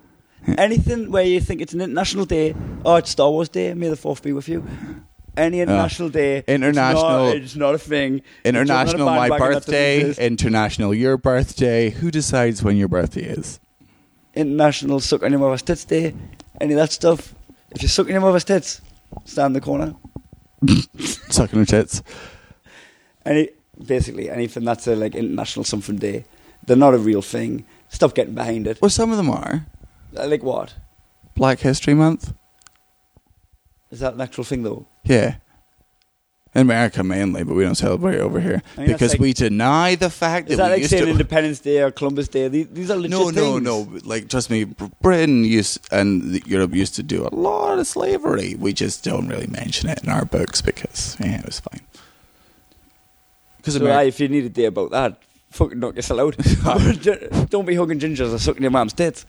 S2: Anything where you think it's an international day, or it's Star Wars Day. May the fourth be with you. Any international day, it's not-
S3: Ah. International-
S2: it's not, a thing. You're jumping on a
S3: International my
S2: bandwagon that doesn't
S3: birthday,
S2: exist.
S3: international your birthday. Who decides when your birthday is?
S2: international suck on your mother's tits day. Any of that stuff. If you're sucking your mother's tits, stand in the corner.
S3: Sucking her tits.
S2: Any basically anything that's a like international something day. They're not a real thing. Stop getting behind it.
S3: Well, some of them are.
S2: Uh, Like what?
S3: Black History Month.
S2: Is that an actual thing though?
S3: Yeah. In America mainly, but we don't celebrate it over here
S2: I mean, that's
S3: because
S2: like-
S3: we deny the fact
S2: Is
S3: that
S2: that
S3: we
S2: like
S3: used
S2: saying
S3: to.
S2: Independence Day or Columbus Day? These, these are legit
S3: no, no,
S2: things.
S3: no. Like, trust me, Br- Britain used and the- Europe used to do a lot of slavery. We just don't really mention it in our books because yeah, it was fine. Because
S2: So aye, if you need a day about that, fucking knock yourself
S3: Ah.
S2: out. Don't be hugging gingers or sucking your mom's tits.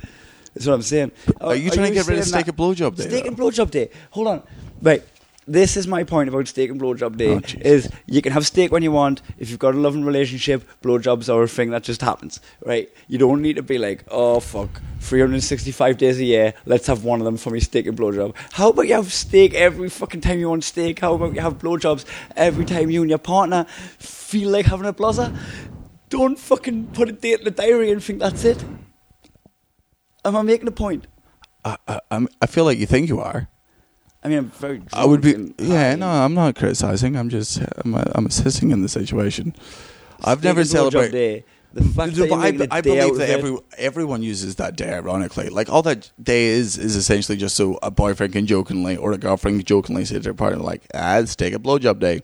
S2: That's what I'm saying.
S3: Are you trying to get rid of
S2: saying
S3: steak
S2: that-
S3: and blowjob day,
S2: Steak
S3: though?
S2: and blowjob day. Hold on. Right. This is my point about steak and blowjob day.
S3: Oh, Jesus.
S2: is you can have steak when you want. If you've got a loving relationship, blowjobs are a thing that just happens. Right. You don't need to be like, oh fuck, 365 days a year. Let's have one of them for me steak and blowjob. How about you have steak every fucking time you want steak? How about you have blowjobs every time you and your partner feel like having a blazer? Don't fucking put a date in the diary and think that's it. Am I making a point?
S3: I, I, I'm- Uh, um, I feel like you think you are.
S2: I mean, I'm very. Drunk
S3: I would be.
S2: and
S3: Yeah,
S2: high.
S3: no, I'm not criticizing. I'm just. I'm, uh, I'm assisting in the situation. I've
S2: Steak
S3: never
S2: and blowjob
S3: celebrated.
S2: day. The fact that
S3: No,
S2: you're
S3: but I,
S2: making a
S3: I
S2: day out
S3: believe
S2: of
S3: that
S2: it-
S3: every, everyone uses that day ironically. Like all that day is is essentially just so a boyfriend can jokingly or a girlfriend can jokingly say to their partner like, "Ah, let's take a blowjob day."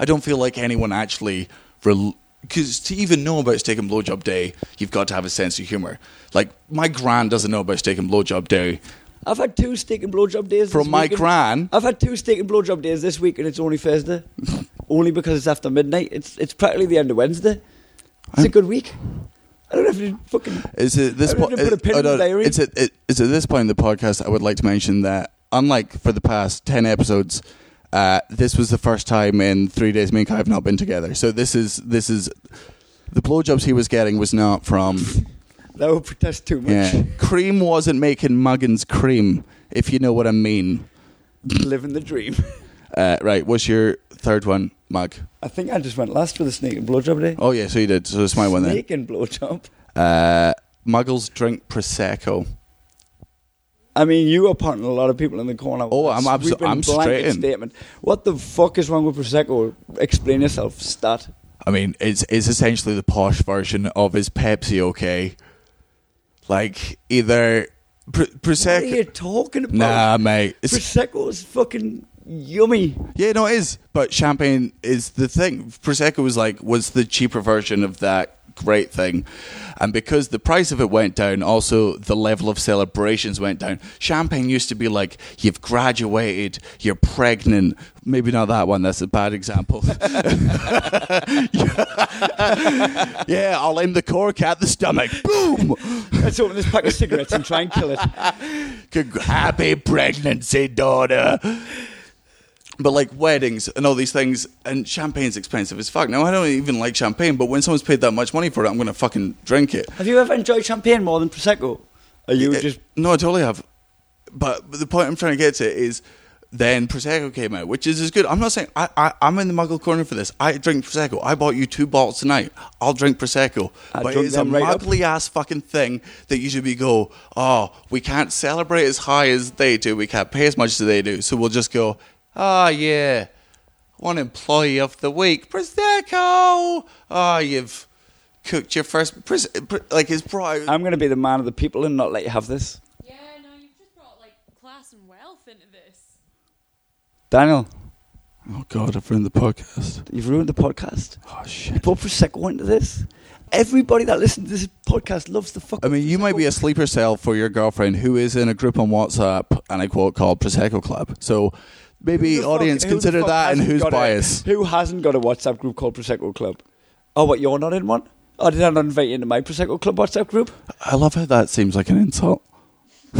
S3: I don't feel like anyone actually because to even know about steak and blowjob day, you've got to have a sense of humor. Like my gran doesn't know about steak and blowjob day.
S2: I've had two steak and blowjob days.
S3: From
S2: this
S3: my
S2: weekend.
S3: gran?
S2: I've had two steak and blowjob days this week, and it's only Thursday. only because it's after midnight. It's it's practically the end of Wednesday. It's a
S3: I'm-
S2: good week. I don't have to fucking.
S3: Is it this
S2: I
S3: point?
S2: wouldn't have put a pin in the diary.
S3: It's at it, it's at this point in the podcast. I would like to mention that, unlike for the past ten episodes, uh, this was the first time in three days me and Kai have not been together. So this is this is the blowjobs he was getting was not from.
S2: That would protest too much.
S3: Yeah, cream wasn't making Muggins cream, if you know what I mean.
S2: Living the dream.
S3: Uh, right, what's your third one, Mug?
S2: I think I just went last for the snake and blowjob day.
S3: Oh yeah, so you did. So it's my one then.
S2: Snake and blowjob.
S3: Uh, muggles drink prosecco.
S2: I mean, you are punting a lot of people in the corner.
S3: Oh, I'm abso-
S2: Sweeping
S3: I'm
S2: blanket
S3: straight in.
S2: Statement. What the fuck is wrong with prosecco? Explain yourself, stat.
S3: I mean, it's it's essentially the posh version of is Pepsi okay? Like either pr-
S2: What are
S3: prosecco.
S2: you talking about?
S3: Nah, mate. It's-
S2: prosecco is fucking yummy.
S3: Yeah, no, it is. But champagne is the thing. Prosecco was like was the cheaper version of that great thing, and because the price of it went down, also the level of celebrations went down. Champagne used to be like you've graduated, you're pregnant. Maybe not that one. That's a bad example. yeah, I'll aim the cork at the stomach. Boom.
S2: Let's open this pack of cigarettes and try and kill it.
S3: Congr- happy pregnancy, daughter. But like weddings and all these things, and champagne's expensive as fuck. Now I don't even like champagne, but when someone's paid that much money for it, I'm gonna fucking drink it.
S2: Have you ever enjoyed champagne more than prosecco? Are you
S3: Uh,
S2: just
S3: no, I totally have. But, but the point I'm trying to get to is, then prosecco came out, which is as good. I'm not saying I, I I'm in the muggle corner for this. I drink prosecco. I bought you two bottles tonight. I'll drink prosecco.
S2: I
S3: but
S2: drunk
S3: it's a
S2: them right up.
S3: muggly ass fucking thing that you should be go. Oh, we can't celebrate as high as they do. We can't pay as much as they do. So we'll just go. Ah, yeah. One employee of the week, prosecco. Ah, you've cooked your first. Pres- pr- like it's brought. out-
S2: I'm going to be the man of the people and not let you have this.
S4: Yeah, no, you've just brought like class and wealth into this.
S2: Daniel,
S3: Oh God, I've ruined the podcast.
S2: you've ruined the podcast.
S3: Oh
S2: You
S3: shit.
S2: put prosecco into this. Everybody that listens to this podcast loves the fuck.
S3: I mean, you might be a sleeper cell for your girlfriend who is in a group on WhatsApp, and I quote called Prosecco Club. So maybe audience consider that and who's biased.
S2: who hasn't got a WhatsApp group called Prosecco Club? Oh, what you're not in one? Oh, did I not invite you into my Prosecco Club WhatsApp group?
S3: I love how that seems like an insult.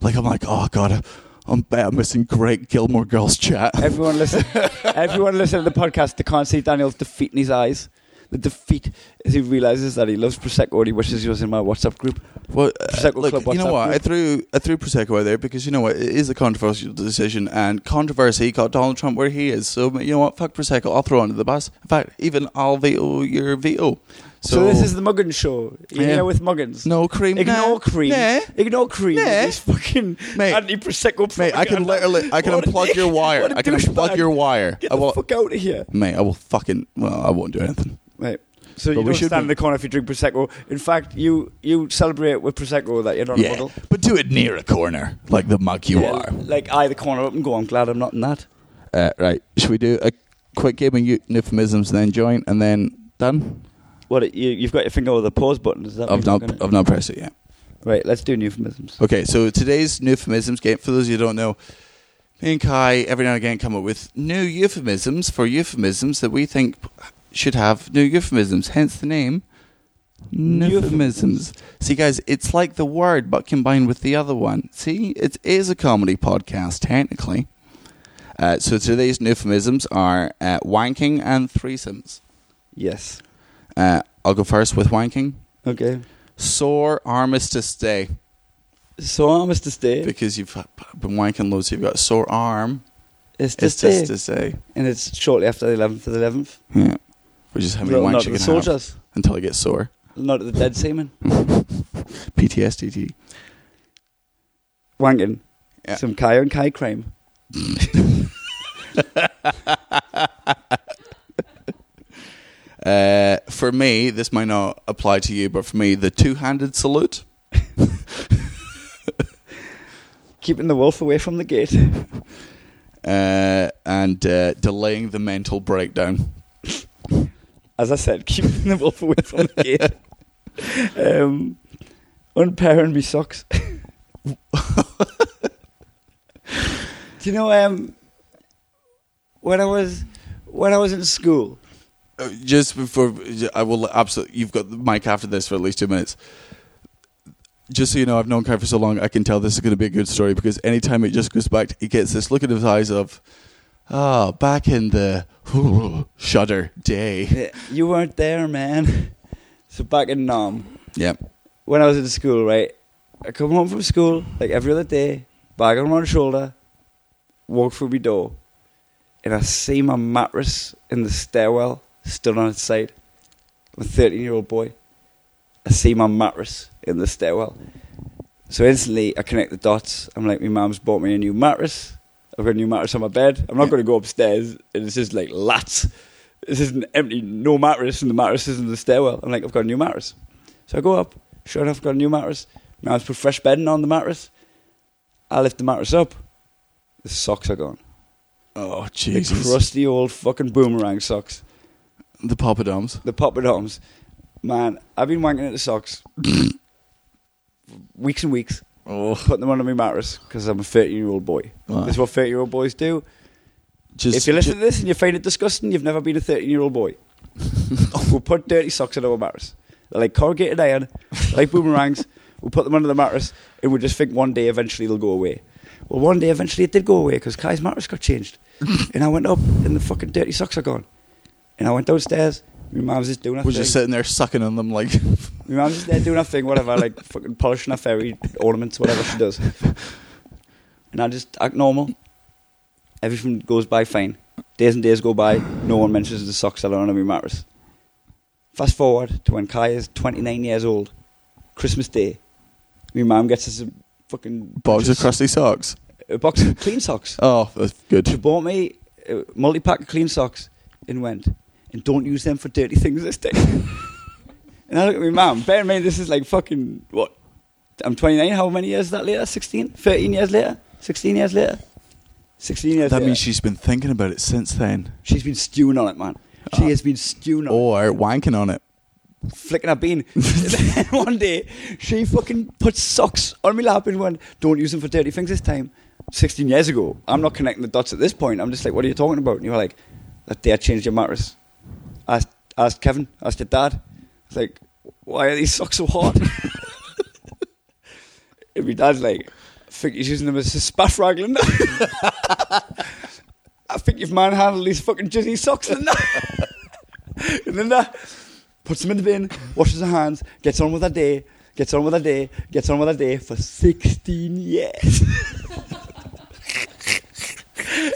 S3: like I'm like, oh God, I'm bet I'm missing great Gilmore Girls chat.
S2: Everyone listen. everyone listen to the podcast. They can't see Daniel's defeat in his eyes. The defeat as he realizes that he loves prosecco and he wishes he was in my WhatsApp group.
S3: Well, uh,
S2: Prosecco
S3: look,
S2: Club
S3: you
S2: WhatsApp
S3: know what?
S2: group.
S3: I threw I threw Prosecco out there because you know what? It is a controversial decision, and controversy got Donald Trump where he is. So you know what? Fuck Prosecco. I'll throw it under the bus. In fact, even I'll veto your veto. So,
S2: So, this is the Muggins show. You
S3: Yeah.
S2: know, with Muggins.
S3: no cream.
S2: Ignore
S3: Nah.
S2: cream.
S3: Nah.
S2: Ignore cream.
S3: Nah.
S2: These fucking
S3: Mate.
S2: anti prosecco.
S3: Mate, I can literally I can unplug your wire. I can unplug your wire.
S2: Get
S3: I
S2: the
S3: will,
S2: fuck out of here.
S3: mate. I will fucking. Well, I won't do anything.
S2: Right. So
S3: But
S2: you
S3: we
S2: don't
S3: should
S2: stand in
S3: be-
S2: the corner if you drink prosecco. In fact, you you celebrate with prosecco that you're not a
S3: Yeah,
S2: muggle.
S3: but do it near a corner, like the mug you
S2: Yeah,
S3: are.
S2: Like eye the corner up and go. I'm glad I'm not in that.
S3: Uh, right. Should we do a quick game of eu- euphemisms and then join and then done?
S2: What you, you've got your finger over the pause button. Is that
S3: I've
S2: what
S3: not.
S2: you're gonna-
S3: I've not pressed it yet.
S2: Right, let's do euphemisms.
S3: Okay, so today's euphemisms game, for those of you who don't know, me and Kai every now and again come up with new euphemisms for euphemisms that we think should have new euphemisms, hence the name Euphemisms. See, guys, it's like the word but combined with the other one. See, it is a comedy podcast, technically. Uh, so today's euphemisms are uh, wanking and threesomes.
S2: Yes.
S3: Uh, I'll go first with wanking.
S2: Okay.
S3: Sore Armistice Day.
S2: So arms to stay.
S3: because you've been wanking loads. You've got a sore arm.
S2: It's to
S3: It's
S2: stay.
S3: just to say,
S2: and it's shortly after the 11th of the 11th.
S3: yeah, which is how many
S2: Well, not
S3: wanks
S2: to
S3: you
S2: the
S3: can have
S2: soldiers.
S3: until it gets sore.
S2: Not to the dead seamen.
S3: PTSD.
S2: Wanking.
S3: Yeah.
S2: Some Kai and Kai crime.
S3: Uh, for me, this might not apply to you, but for me, the two-handed salute.
S2: Keeping the wolf away from the gate.
S3: Uh, and uh, delaying the mental breakdown.
S2: As I said, keeping the wolf away from the gate. Um, unpairing me socks. Do you know um, when I was when I was in school?
S3: Uh, Just before, I will absolutely. You've got the mic after this for at least two minutes. Just so you know, I've known Kai for so long, I can tell this is going to be a good story because anytime it just goes back, to, he gets this look in his eyes of, ah, back in the shudder day.
S2: Yeah, you weren't there, man. So back in Nam,
S3: Yeah.
S2: when I was in school, right, I come home from school like every other day, bag on one shoulder, walk through my door, and I see my mattress in the stairwell stood on its side, I'm a 13 year old boy. I see my mattress in the stairwell. So instantly I connect the dots. I'm like, my mum's bought me a new mattress. I've got a new mattress on my bed. I'm not going to go upstairs and it's just like lats. This isn't empty, no mattress, and the mattress is in the stairwell. I'm like, I've got a new mattress. So I go up. Sure enough, I've got a new mattress. My mum's put fresh bedding on the mattress. I lift the mattress up. The socks are gone.
S3: Oh
S2: The
S3: Jesus! The,
S2: crusty old fucking boomerang socks.
S3: poppadoms.
S2: the poppadoms. Man, I've been wanking at the socks weeks and weeks.
S3: Oh,
S2: Putting them under my mattress because I'm a 13 year old boy.
S3: Wow.
S2: This is what 13 year old boys do.
S3: just
S2: if you listen
S3: ju-
S2: to this and you find it disgusting, you've never been a 13 year old boy. we'll put dirty socks under our mattress. They're like corrugated iron, like boomerangs. we'll put them under the mattress and we'll just think one day eventually they'll go away. Well, one day eventually it did go away because Kai's mattress got changed. and I went up and the fucking dirty socks are gone. And I went downstairs. My mum's just doing her
S3: we're
S2: thing.
S3: just sitting there sucking on them like
S2: My mum's just there doing her thing, whatever, like fucking polishing her fairy ornaments, whatever she does. And I just act normal. Everything goes by fine. Days and days go by, no one mentions the socks that are on my mattress. Fast forward to when Kai is 29 years old, Christmas Day. My mum gets us a fucking
S3: box of crusty socks.
S2: a box of clean socks.
S3: Oh, that's
S2: She
S3: good.
S2: bought me a multi pack of clean socks and went, and don't use them for dirty things this day. and I look at my mum, bear in mind this is like fucking, what? I'm 29, how many years is that later? 16? 13 years later? 16 years later? 16 years
S3: That
S2: later.
S3: means she's been thinking about it since then,
S2: She's been stewing on it, man.
S3: Uh,
S2: She has been stewing on
S3: or wanking on it.
S2: it, flicking her bean. And then one day, she fucking put socks on my lap and went, don't use them for dirty things this time. 16 years ago. I'm not connecting the dots at this point. I'm just like, what are you talking about? And you were like, that day I changed your mattress. Asked, asked Kevin, asked your dad. I was like, why are these socks so hot? and my dad's like, I think he's using them as a spaffragland. I think you've manhandled these fucking jizzy socks, Linda. and Linda puts them in the bin, washes her hands, gets on with her day, gets on with her day, gets on with her day for 16 years.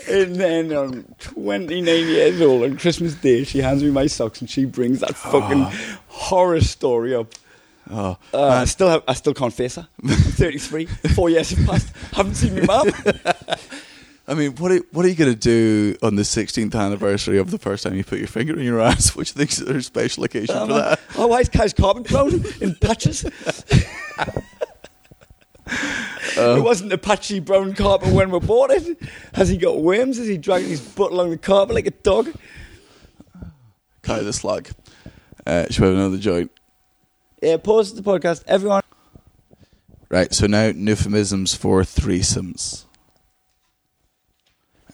S2: And then on 29 years old, on Christmas Day, she hands me my socks and she brings that fucking horror story up.
S3: Oh,
S2: Uh, I still have, I still can't face her. I'm 33, four years have passed, haven't seen my mum.
S3: I mean, what are, what are you going to do on the 16th anniversary of the first time you put your finger in your ass? Which things are a special occasion
S2: Oh,
S3: for
S2: man.
S3: that?
S2: Oh, why is Kai's carbon brown in patches? it wasn't a patchy brown carpet when we bought it. Has he got worms? Has he dragging his butt along the carpet like a dog?
S3: Kai the slug. Uh, should we have another joint?
S2: Yeah, pause the podcast. Everyone,
S3: Right, so now euphemisms for threesomes.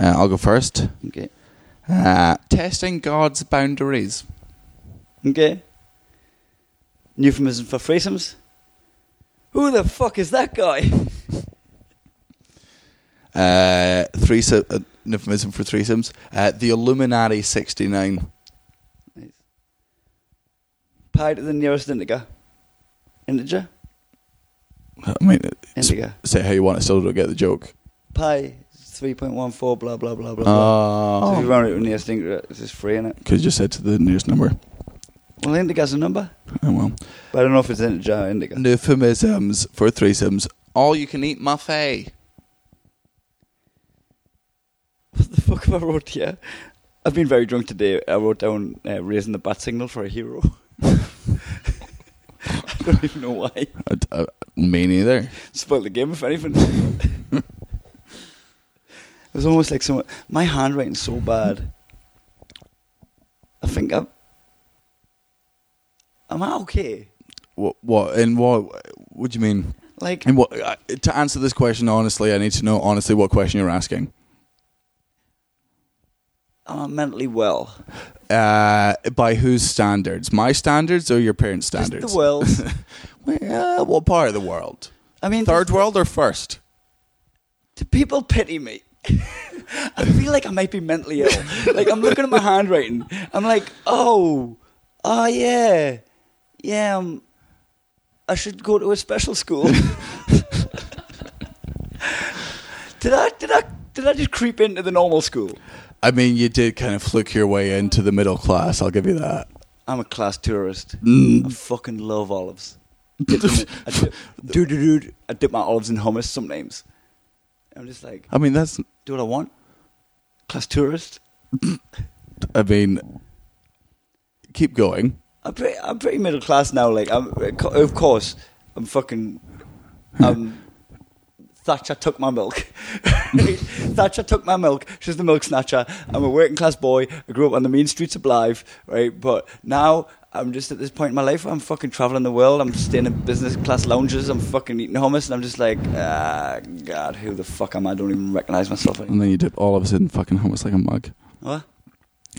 S3: Uh, I'll go first.
S2: okay,
S3: Uh, testing God's boundaries.
S2: okay. Euphemism for threesomes. Who the fuck is that guy?
S3: Uh, threesome, uh, euphemism for threesomes. Uh, the Illuminati 69.
S2: Pi to the nearest integer. Integer.
S3: I mean, it's,
S2: Indigo.
S3: say how you want, I still don't get the joke.
S2: Pi three point one four. Blah blah blah blah. blah. So if you
S3: Oh.
S2: round it to the nearest integer, it's just free, innit?
S3: Could have just said to the nearest number.
S2: Well, indigo's a number,
S3: Oh, well.
S2: but I don't know if it's integer or indigo.
S3: euphemisms for threesomes. All you can eat buffet.
S2: What the fuck have I wrote here? I've been very drunk today. I wrote down uh, raising the bat signal for a hero. I don't even know why.
S3: I, I, Uh, me neither.
S2: Spoiled the game, if anything. it was almost like someone. My handwriting's so bad. I think I'm. Am I okay?
S3: What? What? And what? What do you mean?
S2: Like,
S3: And what? I, to answer this question honestly, I need to know honestly what question you're asking.
S2: am I mentally well?
S3: Uh, by whose standards? My standards or your parents'
S2: Just
S3: standards?
S2: the world.
S3: Well, what part of the world?
S2: I mean,
S3: Third world or first?
S2: do people pity me? I feel like I might be mentally ill. Like I'm looking at my handwriting. I'm like, oh, oh yeah, yeah. Um, I should go to a special school. did I? Did I? Did I just creep into the normal school?
S3: I mean, you did kind of fluke your way into the middle class. I'll give you that.
S2: I'm a class tourist.
S3: Mm.
S2: I fucking love olives. Dip them in- I dip- Dude, dude, dude, I dip my olives in hummus sometimes. I'm just like,
S3: I mean, that's.
S2: do what I want. Class tourist.
S3: I mean, keep going.
S2: I'm pretty, I'm pretty middle class now. Like, I'm, of course, I'm fucking. Um, Thatcher took my milk. Thatcher took my milk. She's the milk snatcher. I'm a working class boy. I grew up on the mean streets of Blythe, right? But now I'm just at this point in my life where I'm fucking traveling the world. I'm staying in business class lounges. I'm fucking eating hummus, and I'm just like, ah, God, who the fuck am I? I don't even recognize myself
S3: And
S2: anymore.
S3: then you dip olives in fucking hummus like a mug.
S2: What?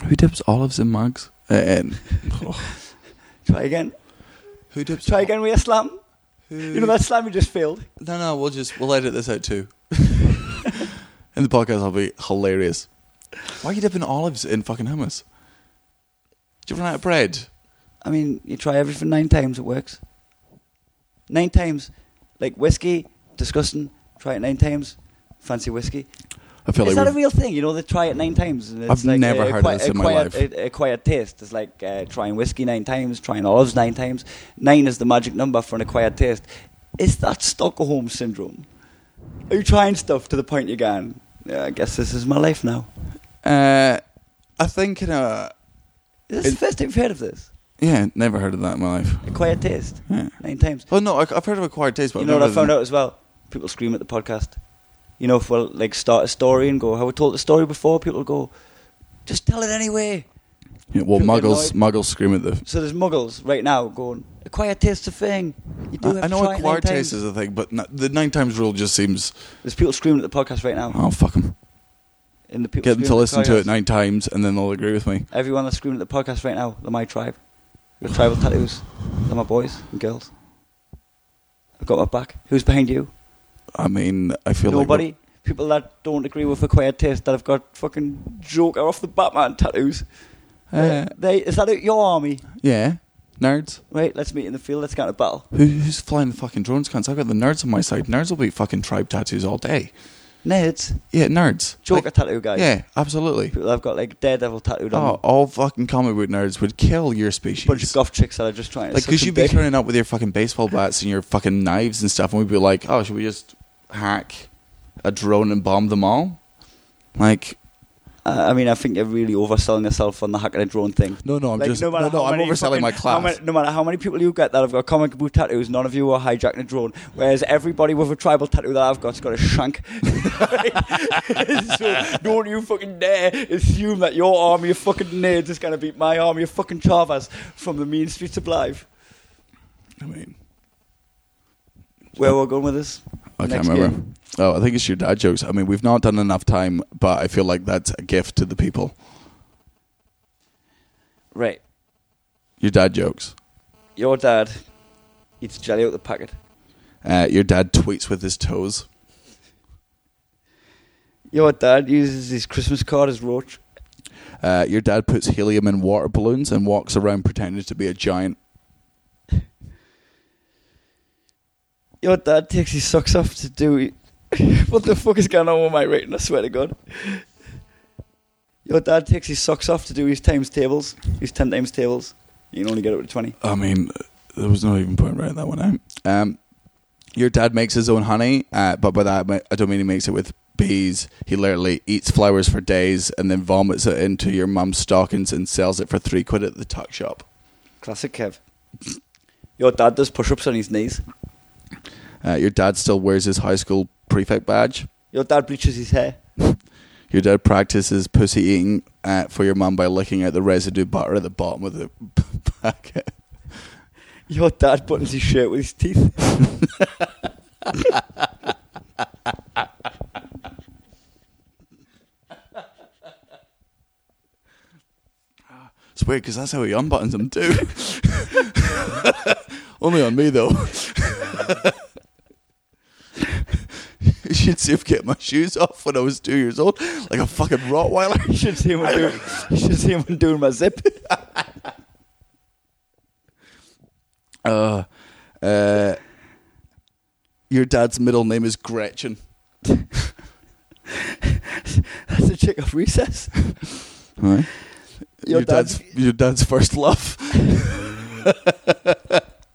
S3: Who dips olives in mugs? Uh, in- oh.
S2: Try again.
S3: Who dips?
S2: Try again with your slam. You know that slam you just failed.
S3: No, no, we'll just we'll edit this out too. in the podcast, I'll be hilarious. Why are you dipping olives in fucking hummus? Did you run out of bread?
S2: I mean, you try everything nine times, it works. Nine times. Like whiskey, disgusting. Try it nine times. Fancy whiskey.
S3: I feel
S2: Is
S3: like
S2: that a
S3: we've-
S2: real thing? You know, they try it nine times. and it's
S3: I've
S2: like
S3: never
S2: uh,
S3: heard
S2: acqui-
S3: this in my
S2: acquired-
S3: life.
S2: uh, Acquired taste. It's like uh, trying whiskey nine times, trying olives nine times. Nine is the magic number for an acquired taste. Is that Stockholm syndrome? Are you trying stuff to the point you're going, yeah, I guess this is my life now?
S3: uh, I think in a
S2: Is this the first time you've heard of this?
S3: yeah, never heard of that in my life.
S2: Acquired taste.
S3: Yeah.
S2: Nine times.
S3: Oh no, I, I've heard of acquired taste, but
S2: you
S3: I've
S2: know what I
S3: never heard
S2: found
S3: of-
S2: out as well? People scream at the podcast. You know, if we'll like start a story and go, "Have we told the story before?" People go, "Just tell it anyway."
S3: Yeah, well,
S2: people get
S3: muggles muggles scream at the.
S2: So there's muggles right now going, "Acquired taste a thing." You do have
S3: I, I know
S2: to try it nine
S3: acquired taste
S2: times."
S3: is a thing, but no, the nine times rule just seems
S2: There's people screaming at the podcast right now,
S3: oh fuck 'em.
S2: and the people
S3: Get them to
S2: screaming at the
S3: listen to it
S2: podcast.
S3: nine times, and then they'll agree with me.
S2: Everyone that's screaming at the podcast right now, they're my tribe. Your tribal tattoos. They're my boys and girls. I've got my back. Who's behind you?
S3: I mean, I feel like
S2: Nobody. People that don't agree with acquired taste that have got fucking Joker off the Batman tattoos.
S3: Uh,
S2: they is that your army?
S3: yeah, nerds.
S2: Right, let's meet in the field. Let's get in a battle.
S3: Who, who's flying the fucking drones, cunts? I've got the nerds on my side. Nerds will be fucking tribe tattoos all day.
S2: Nerds,
S3: Yeah, nerds.
S2: Joker
S3: Like,
S2: tattoo guys.
S3: Yeah, absolutely.
S2: people that have got like Daredevil tattooed on.
S3: Oh,
S2: them.
S3: all fucking comic book nerds would kill your species.
S2: bunch of goth chicks that are just trying. to
S3: like,
S2: suck
S3: could
S2: some
S3: you be
S2: dick.
S3: turning up with your fucking baseball bats and your fucking knives and stuff, and we'd be like, oh, should we just hack a drone and bomb them all? Like,
S2: Uh, I I mean, I think you're really overselling yourself on the hack and a drone thing.
S3: no, no, I'm
S2: Like,
S3: just no,
S2: matter
S3: no,
S2: how
S3: I'm
S2: many
S3: overselling my
S2: fucking- how
S3: class.
S2: many- no matter how many people you get that have got comic book tattoos, none of you are hijacking a drone. Whereas everybody with a tribal tattoo that I've got's got a shank. so don't you fucking dare assume that your army of fucking nerds is going to beat my army of fucking chavas from the mean streets of Blythe.
S3: I mean,
S2: Where we're going with this?
S3: I can't
S2: Next
S3: remember.
S2: game.
S3: Oh, I think it's your dad jokes. I mean, we've not done enough time, but I feel like that's a gift to the people.
S2: Right,
S3: Your dad jokes.
S2: your dad eats jelly out the packet.
S3: Uh, your dad tweets with his toes.
S2: Your dad uses his Christmas card as roach.
S3: Uh, your dad puts helium in water balloons and walks around pretending to be a giant.
S2: Your dad takes his socks off to do. what the fuck is going on with my rating? I swear to God. Your dad takes his socks off to do his times tables, his ten times tables. You can only get up to twenty.
S3: I mean, there was no even point writing that one out. Um, your dad makes his own honey, uh, but by that I mi- I don't mean he makes it with bees. He literally eats flowers for days and then vomits it into your mum's stockings and sells it for three quid at the tuck shop.
S2: Classic Kev. Your dad does push-ups on his knees.
S3: Uh, your dad still wears his high school prefect badge.
S2: Your dad bleaches his hair.
S3: Your dad practices pussy eating uh, for your mum by licking out the residue butter at the bottom of the packet.
S2: Your dad buttons his shirt with his teeth.
S3: It's weird because that's how he unbuttons them too. Only on me though. you should see if I get my shoes off when I was two years old, like a fucking
S2: You
S3: Rottweiler.
S2: should see him doing. You should see him doing my zip.
S3: Uh, uh, your dad's middle name is Gretchen.
S2: That's a chick off recess.
S3: Your,
S2: Your
S3: dad's
S2: dad's-
S3: your dad's first love.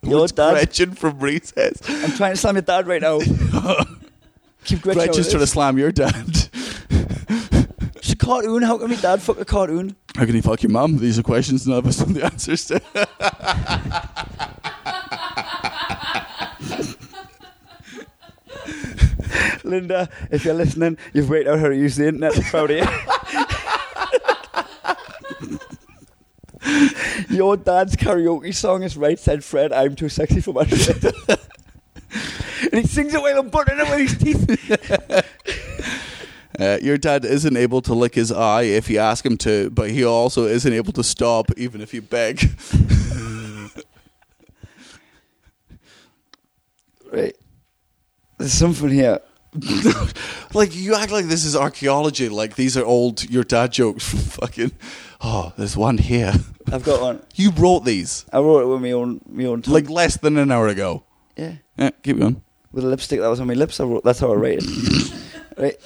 S2: Your dad.
S3: Gretchen from Recess.
S2: I'm trying to slam your dad right now. Keep Gretchen. out of
S3: Gretchen's
S2: this.
S3: trying to slam your dad.
S2: It's a cartoon. How can my dad fuck a cartoon?
S3: How can he fuck your mum? These are questions none of us know the answers to.
S2: Linda, if you're listening, you've worked out how to use the internet. I'm proud of you. Your dad's karaoke song is Right Said Fred, I'm Too Sexy for My Shirt. and he sings it while I'm buttering it with his teeth.
S3: Uh, your dad isn't able to lick his eye if you ask him to, but he also isn't able to stop even if you beg.
S2: Right. There's something here.
S3: like you act like this is archaeology. Like these are old your dad jokes. From fucking. Oh, there's one here.
S2: I've got one.
S3: You wrote these
S2: I wrote it with my own, my own tongue.
S3: like less than an hour ago.
S2: yeah.
S3: Yeah, keep going.
S2: with the lipstick that was on my lips. I wrote, that's how I write it. right.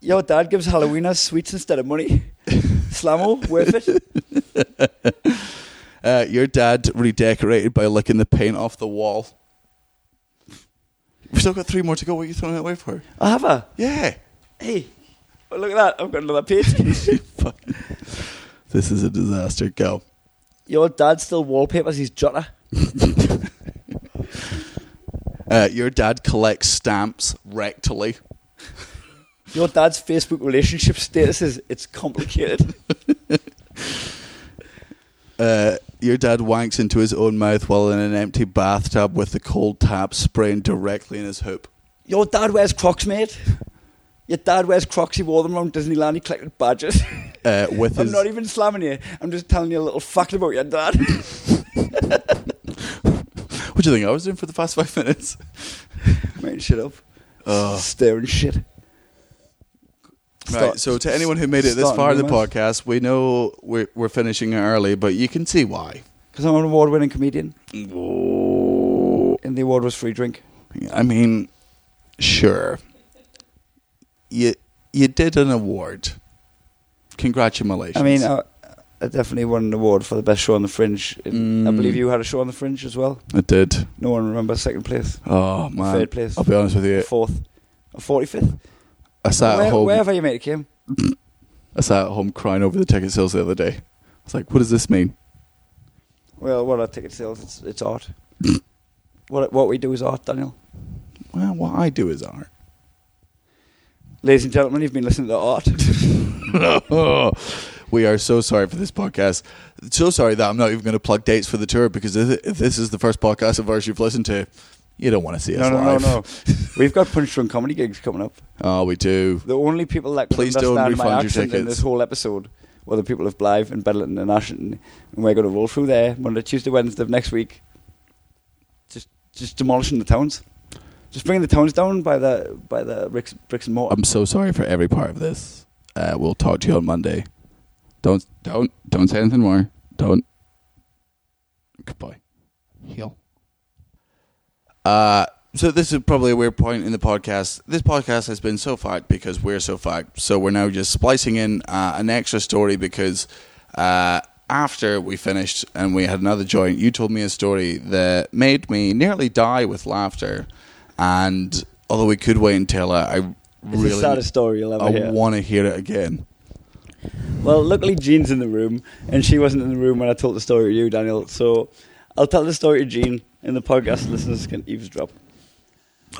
S2: Your dad gives Halloween us sweets instead of money. Slammo, worth it.
S3: Uh, your dad redecorated by licking the paint off the wall. We've still got three more to go. What are you throwing that away for?
S2: I have a.
S3: Yeah.
S2: Hey, well, look at that. I've got another page.
S3: Fuck. This is a disaster. Go.
S2: Your dad still wallpapers his jotter.
S3: Uh, your dad collects stamps rectally.
S2: Your dad's Facebook relationship status is it's complicated.
S3: Uh, your dad wanks into his own mouth while in an empty bathtub with the cold tap spraying directly in his hoop.
S2: Your dad wears Crocs, mate. Your dad wears Crocs. He wore them around Disneyland. He collected badges.
S3: Uh, with
S2: I'm
S3: his
S2: not even slamming you. I'm just telling you a little fact about your dad. e-
S3: what do you think I was doing for the past five minutes?
S2: Mate, shit up.
S3: Ugh.
S2: Staring shit.
S3: right. So to anyone who made it this far in the podcast, we know we're, we're finishing early, but you can see why.
S2: Because I'm an award winning comedian. And the award was free drink.
S3: I mean, sure. You you did an award. Congratulations.
S2: I mean, uh, I, I definitely won an award for the best show on the Fringe.
S3: Mm.
S2: I believe you had a show on the Fringe as well.
S3: I did.
S2: No one remembers second place,
S3: Oh man.
S2: third place,
S3: I'll be honest with you.
S2: fourth, or 45th.
S3: I sat at
S2: Where,
S3: home.
S2: wherever you made it, Kim.
S3: I sat at home crying over the ticket sales the other day. I was like, "What does this mean?"
S2: Well, what are ticket sales? It's, it's art. what, what we do is art, Daniel.
S3: Well, what I do is art.
S2: Ladies and gentlemen, you've been listening to art.
S3: we are so sorry for this podcast. So sorry that I'm not even going to plug dates for the tour because if if this is the first podcast of ours you've listened to, you don't want to see us
S2: no, no, no,
S3: live.
S2: no. We've got Punch Drunk comedy gigs coming up.
S3: Oh, we do.
S2: The only people that could
S3: Please don't
S2: understand my
S3: refund your
S2: accent in
S3: tickets.
S2: this whole episode were the people of Blythe and Bedlington and Ashton, and we're going to roll through there Monday, Tuesday, Wednesday of next week. Just, just demolishing the towns, just bringing the towns down by the by the bricks, bricks and mortar.
S3: I'm so sorry for every part of this. Uh, we'll talk to you on Monday. Don't, don't, don't say anything more. Don't. Goodbye. Heel. Uh, so this is probably a weird point in the podcast. This podcast has been so fact because we're so fact. So we're now just splicing in uh, an extra story because uh, after we finished and we had another joint, you told me a story that made me nearly die with laughter. And although we could wait and tell it, I
S2: it's
S3: really
S2: the saddest story you'll ever
S3: I
S2: hear.
S3: want to hear it again. Um,
S2: well, luckily Jean's in the room, and she wasn't in the room when I told the story to you, Daniel. So I'll tell the story to Jean, and the podcast listeners can eavesdrop.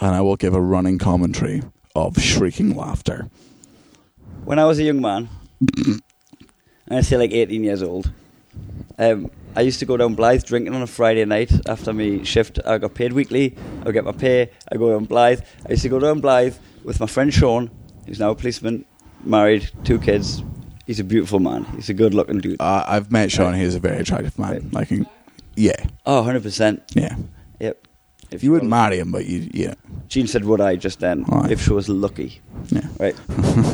S3: And I will give a running commentary of shrieking laughter.
S2: when I was a young man, and I say like 18 years old, um, I used to go down Blythe drinking on a Friday night after my shift. I got paid weekly, I would get my pay, I go down Blythe. I used to go down Blythe with my friend Sean, who's now a policeman, married, two kids. He's a beautiful man, he's a good looking dude.
S3: Uh, I've met Sean. He's a very attractive man. I can, yeah,
S2: Oh, 100%.
S3: yeah.
S2: Yep. If
S3: You wouldn't
S2: mind.
S3: marry him, but you, yeah,
S2: Jean said, Would I just then?
S3: Aye.
S2: If she was lucky.
S3: yeah.
S2: Right.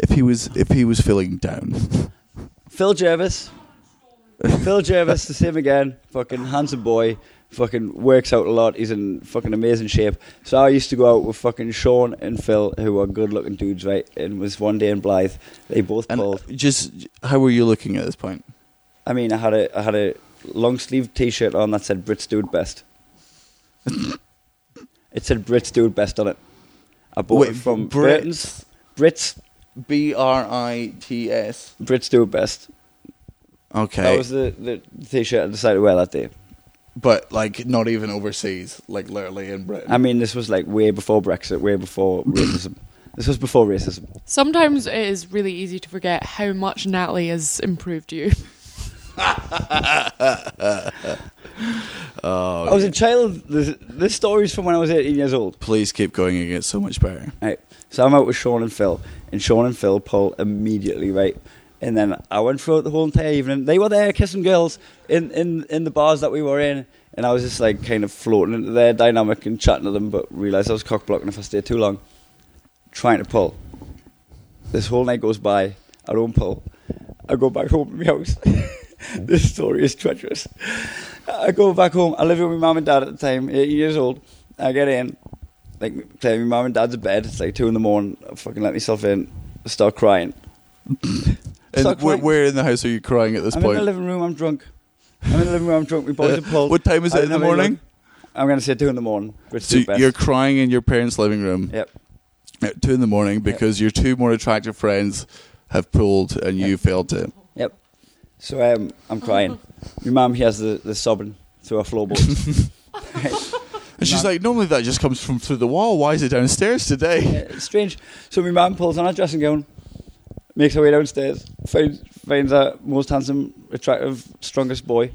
S3: If he was, if he was feeling down,
S2: Phil Jervis. Phil Jervis, the same again. Fucking handsome boy. Fucking works out a lot. He's in fucking amazing shape. So I used to go out with fucking Sean and Phil, who are good looking dudes, right? And was one day in Blythe. They both
S3: and
S2: pulled.
S3: just how were you looking at this point?
S2: I mean, I had a I had a long sleeve T-shirt on that said "Brits do it best." it said "Brits do it best" on it. I bought it from Britain's Brits.
S3: B R I T S.
S2: Brits do it best.
S3: Okay.
S2: That was the, the T-shirt I decided to wear that day.
S3: but like not even overseas, like literally in Britain.
S2: I mean, this was like way before Brexit, way before racism. This was before racism.
S4: Sometimes it is really easy to forget how much Natalie has improved you.
S2: I was a child. This, this story's from when I was 18 years old.
S3: Please keep going. It gets so much better.
S2: Right. So I'm out with Sean and Phil, and Sean and Phil pull immediately, right? And then I went throughout the whole entire evening. They were there kissing girls in, in, in the bars that we were in, and I was just like kind of floating into their dynamic and chatting to them, but realised I was cock blocking if I stayed too long, trying to pull. This whole night goes by, I don't pull. I go back home to my house. this story is treacherous. I go back home, I live with my mum and dad at the time, 18 years old. I get in, like play my mum and dad's in bed. It's like two in the morning. I fucking let myself in. I start crying.
S3: And
S2: Start
S3: where,
S2: crying.
S3: where in the house are you crying at this
S2: I'm in
S3: point?
S2: the living room. I'm drunk. I'm in the living room. I'm drunk. My boys are pulled.
S3: What time is
S2: I
S3: it in the
S2: haven't really
S3: morning?
S2: looked. I'm gonna say two in the morning. Which
S3: So
S2: is best.
S3: you're crying in your parents' living room
S2: yep.
S3: at two in the morning because your two more attractive friends have pulled and you failed to.
S2: Yep. So um, I'm crying. my mum hears the, the sobbing through her floorboards.
S3: And she's like, normally that just comes from through the wall. Why is it downstairs today?
S2: it's strange. So my mum pulls on her dressing gown, makes her way downstairs, finds finds her most handsome, attractive, strongest boy,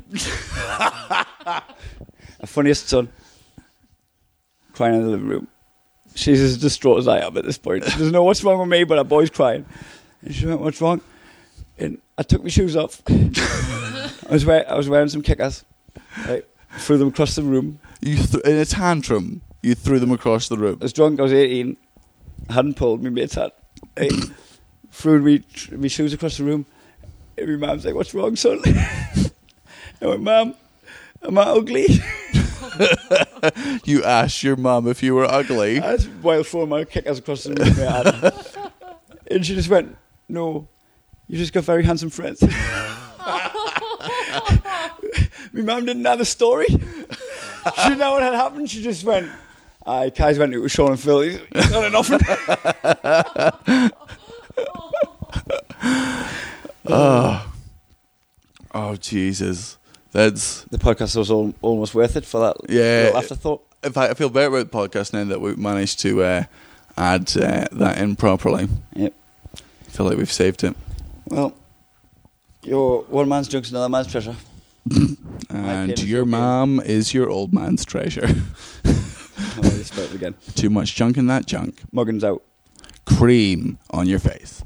S2: her funniest son, crying in the living room. She's as distraught as I am at this point. She doesn't know what's wrong with me, but her boy's crying. And she went, "What's wrong?" And I took my shoes off. I was wearing, I was wearing some kickers. Right, threw them across the room.
S3: You th- in a tantrum, you threw them across the room.
S2: I was drunk. I was 18. Hadn't pulled my mate's hat. Hey, threw me, me shoes across the room. And my mum's like, "What's wrong, son?" I went, "Mum, am I ugly?" Uh.
S3: You asked your mum if you were ugly.
S2: That's while throwing my kickers across the room. with my hat. and she just went, "No, you just got very handsome friends." my mum didn't have a story. She didn't know what had happened. She just went, "I Kai's went to Sean and Phil. He's he's not enough."
S3: Oh Jesus, that's
S2: the podcast was al- almost worth it for that
S3: Yeah.
S2: little afterthought.
S3: in fact I feel better about the podcast now that we've managed to uh, add uh, that in properly.
S2: Yep.
S3: I feel like we've saved it.
S2: Well, your one man's drunk's another man's treasure.
S3: And
S2: parents
S3: your
S2: were gay.
S3: mum is your old man's treasure.
S2: Oh, I just spelled it again.
S3: Too much junk in that junk.
S2: Muggins out.
S3: Cream on your face.